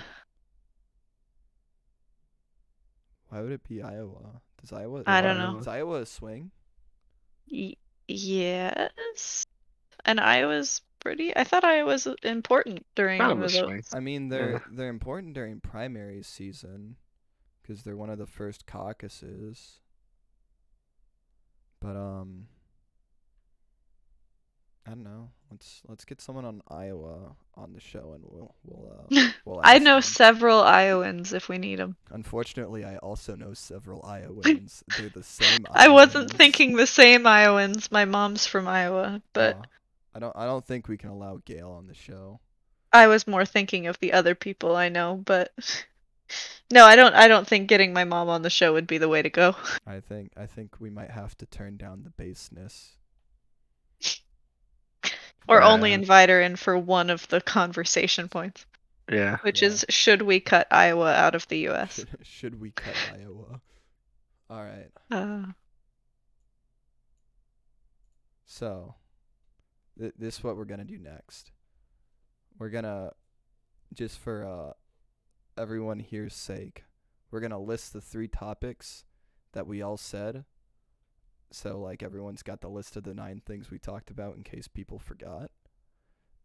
[SPEAKER 1] Why would it be Iowa? Does Iowa?
[SPEAKER 2] I don't know.
[SPEAKER 1] Is Iowa a swing?
[SPEAKER 2] Y- yes. And Iowa's pretty. I thought Iowa's important during
[SPEAKER 3] Kind of a
[SPEAKER 2] the vote.
[SPEAKER 3] swing.
[SPEAKER 1] I
[SPEAKER 2] [LAUGHS]
[SPEAKER 1] mean,
[SPEAKER 2] Uh-huh.
[SPEAKER 1] they're
[SPEAKER 3] Yeah.
[SPEAKER 1] they're important during primary season because they're one of the first caucuses. But um, I don't know. Let's let's get someone on Iowa on the show, and we'll we'll.
[SPEAKER 2] [LAUGHS]
[SPEAKER 1] Uh, we'll
[SPEAKER 2] I
[SPEAKER 1] ask
[SPEAKER 2] know
[SPEAKER 1] them.
[SPEAKER 2] several Iowans if we need them.
[SPEAKER 1] Unfortunately, I also know several
[SPEAKER 2] [LAUGHS]
[SPEAKER 1] Iowans. they're the same.
[SPEAKER 2] I wasn't
[SPEAKER 1] Iowans.
[SPEAKER 2] thinking the same Iowans. My mom's from Iowa, but
[SPEAKER 1] Uh, I don't. I don't think we can allow Gail on the show.
[SPEAKER 2] I was more thinking of the other people I know, but [LAUGHS] no, I don't I don't think getting my mom on the show would be the way to go. [LAUGHS]
[SPEAKER 1] I think. I think we might have to turn down the baseness.
[SPEAKER 2] Or only
[SPEAKER 3] Yeah.
[SPEAKER 2] invite her in for one of the conversation points,
[SPEAKER 3] Yeah.
[SPEAKER 2] which
[SPEAKER 1] Yeah.
[SPEAKER 2] is should we cut Iowa out of the
[SPEAKER 1] [LAUGHS]
[SPEAKER 2] US?
[SPEAKER 1] Should, should we cut Iowa? All right.
[SPEAKER 2] Uh,
[SPEAKER 1] So, th- this is what we're gonna do next. We're gonna, just for uh, everyone here's sake, we're gonna list the three topics that we all said. So like everyone's got the list of the nine things we talked about in case people forgot,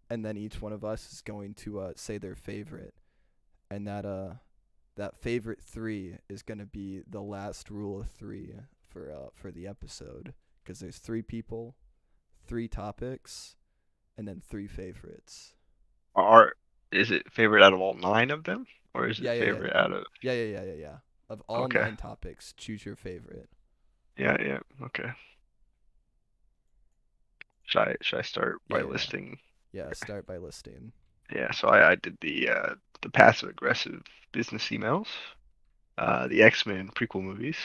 [SPEAKER 1] and then each one of us is going to uh, say their favorite, and that uh, that favorite three is gonna be the last rule of three for uh for the episode because there's three people, three topics, and then three favorites.
[SPEAKER 3] Are is it favorite out of all nine of them, or is it
[SPEAKER 1] Yeah, yeah, yeah.
[SPEAKER 3] favorite out of?
[SPEAKER 1] Yeah, yeah, yeah, yeah, yeah. Of all
[SPEAKER 3] Okay.
[SPEAKER 1] nine topics, choose your favorite.
[SPEAKER 3] Yeah. Yeah. Okay. Should I should I start by
[SPEAKER 1] Yeah, yeah.
[SPEAKER 3] listing?
[SPEAKER 1] Yeah, start by listing.
[SPEAKER 3] Yeah. So I, I did the uh, the passive aggressive business emails, uh, the X Men prequel movies,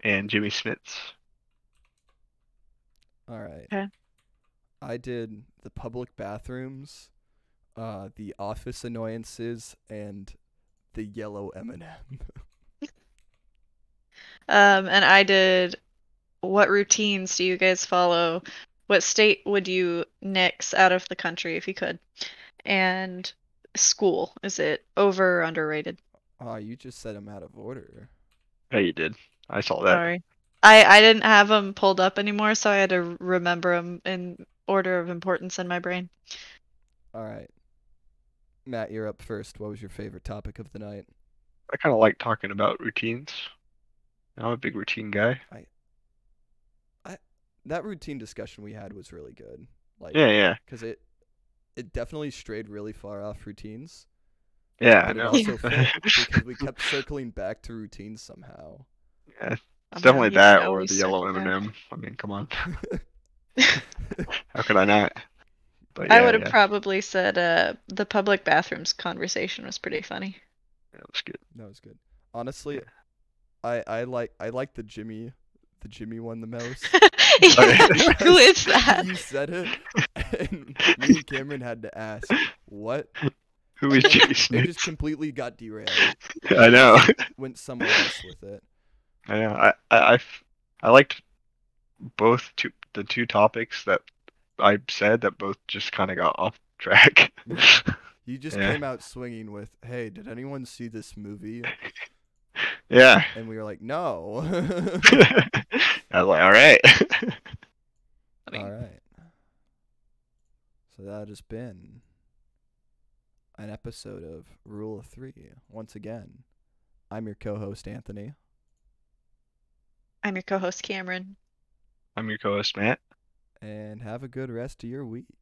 [SPEAKER 3] and Jimmy Smith's.
[SPEAKER 1] All right.
[SPEAKER 2] 'Kay.
[SPEAKER 1] I did the public bathrooms, uh, the office annoyances, and the yellow M&M.
[SPEAKER 2] um and I did what routines do you guys follow? What state would you nix out of the country if you could? And school, is it over or underrated?
[SPEAKER 1] [LAUGHS] Aw, you just said them out of order.
[SPEAKER 3] Yeah, you did. I saw that.
[SPEAKER 2] Sorry. I, I didn't have them pulled up anymore, so I had to remember them in order of importance in my brain.
[SPEAKER 1] All right. Matt, you're up first. What was your favorite topic of the night?
[SPEAKER 3] I kind of like talking about routines. I'm a big routine guy.
[SPEAKER 1] That routine discussion we had was really good. Like,
[SPEAKER 3] Yeah, yeah,
[SPEAKER 1] because it it definitely strayed really far off routines,
[SPEAKER 3] yeah. I
[SPEAKER 1] but it
[SPEAKER 3] know. [LAUGHS]
[SPEAKER 1] also fit because we kept circling back to routines somehow. [LAUGHS]
[SPEAKER 3] Yeah, it's
[SPEAKER 2] Somehow
[SPEAKER 3] definitely
[SPEAKER 2] you
[SPEAKER 3] that
[SPEAKER 2] can
[SPEAKER 3] or
[SPEAKER 2] always
[SPEAKER 3] the yellow
[SPEAKER 2] circle
[SPEAKER 3] M
[SPEAKER 2] back.
[SPEAKER 3] and m I mean, come on. How could I not? But
[SPEAKER 2] I
[SPEAKER 3] yeah,
[SPEAKER 2] would have
[SPEAKER 3] yeah,
[SPEAKER 2] probably said uh, the public bathrooms conversation was pretty funny.
[SPEAKER 3] [LAUGHS] yeah, that's good.
[SPEAKER 1] that was good. Honestly, I I like I like the Jimmy the Jimmy one the most.
[SPEAKER 2] [LAUGHS]
[SPEAKER 3] [LAUGHS]
[SPEAKER 2] Yeah, Who is that?
[SPEAKER 1] you said it, and me and Cameron had to ask what.
[SPEAKER 3] Who is Jimmy
[SPEAKER 1] It
[SPEAKER 3] Smith?
[SPEAKER 1] just completely got derailed.
[SPEAKER 3] [LAUGHS] I know.
[SPEAKER 1] Went somewhere else with it.
[SPEAKER 3] I know. I, I, I f- I liked both two, the two topics that I said that both just kind of got off track. [LAUGHS]
[SPEAKER 1] You just
[SPEAKER 3] Yeah.
[SPEAKER 1] came out swinging with, "Hey, did anyone see this movie?"
[SPEAKER 3] yeah. [LAUGHS]
[SPEAKER 1] And we were like, "No." [LAUGHS]
[SPEAKER 3] I was like, all right. [LAUGHS]
[SPEAKER 2] I mean,
[SPEAKER 1] All right. So that has been an episode of Rule of Three. Once again, I'm your co-host Anthony.
[SPEAKER 2] I'm your co host, Cameron.
[SPEAKER 3] I'm your co-host Matt.
[SPEAKER 1] and have a good rest of your week.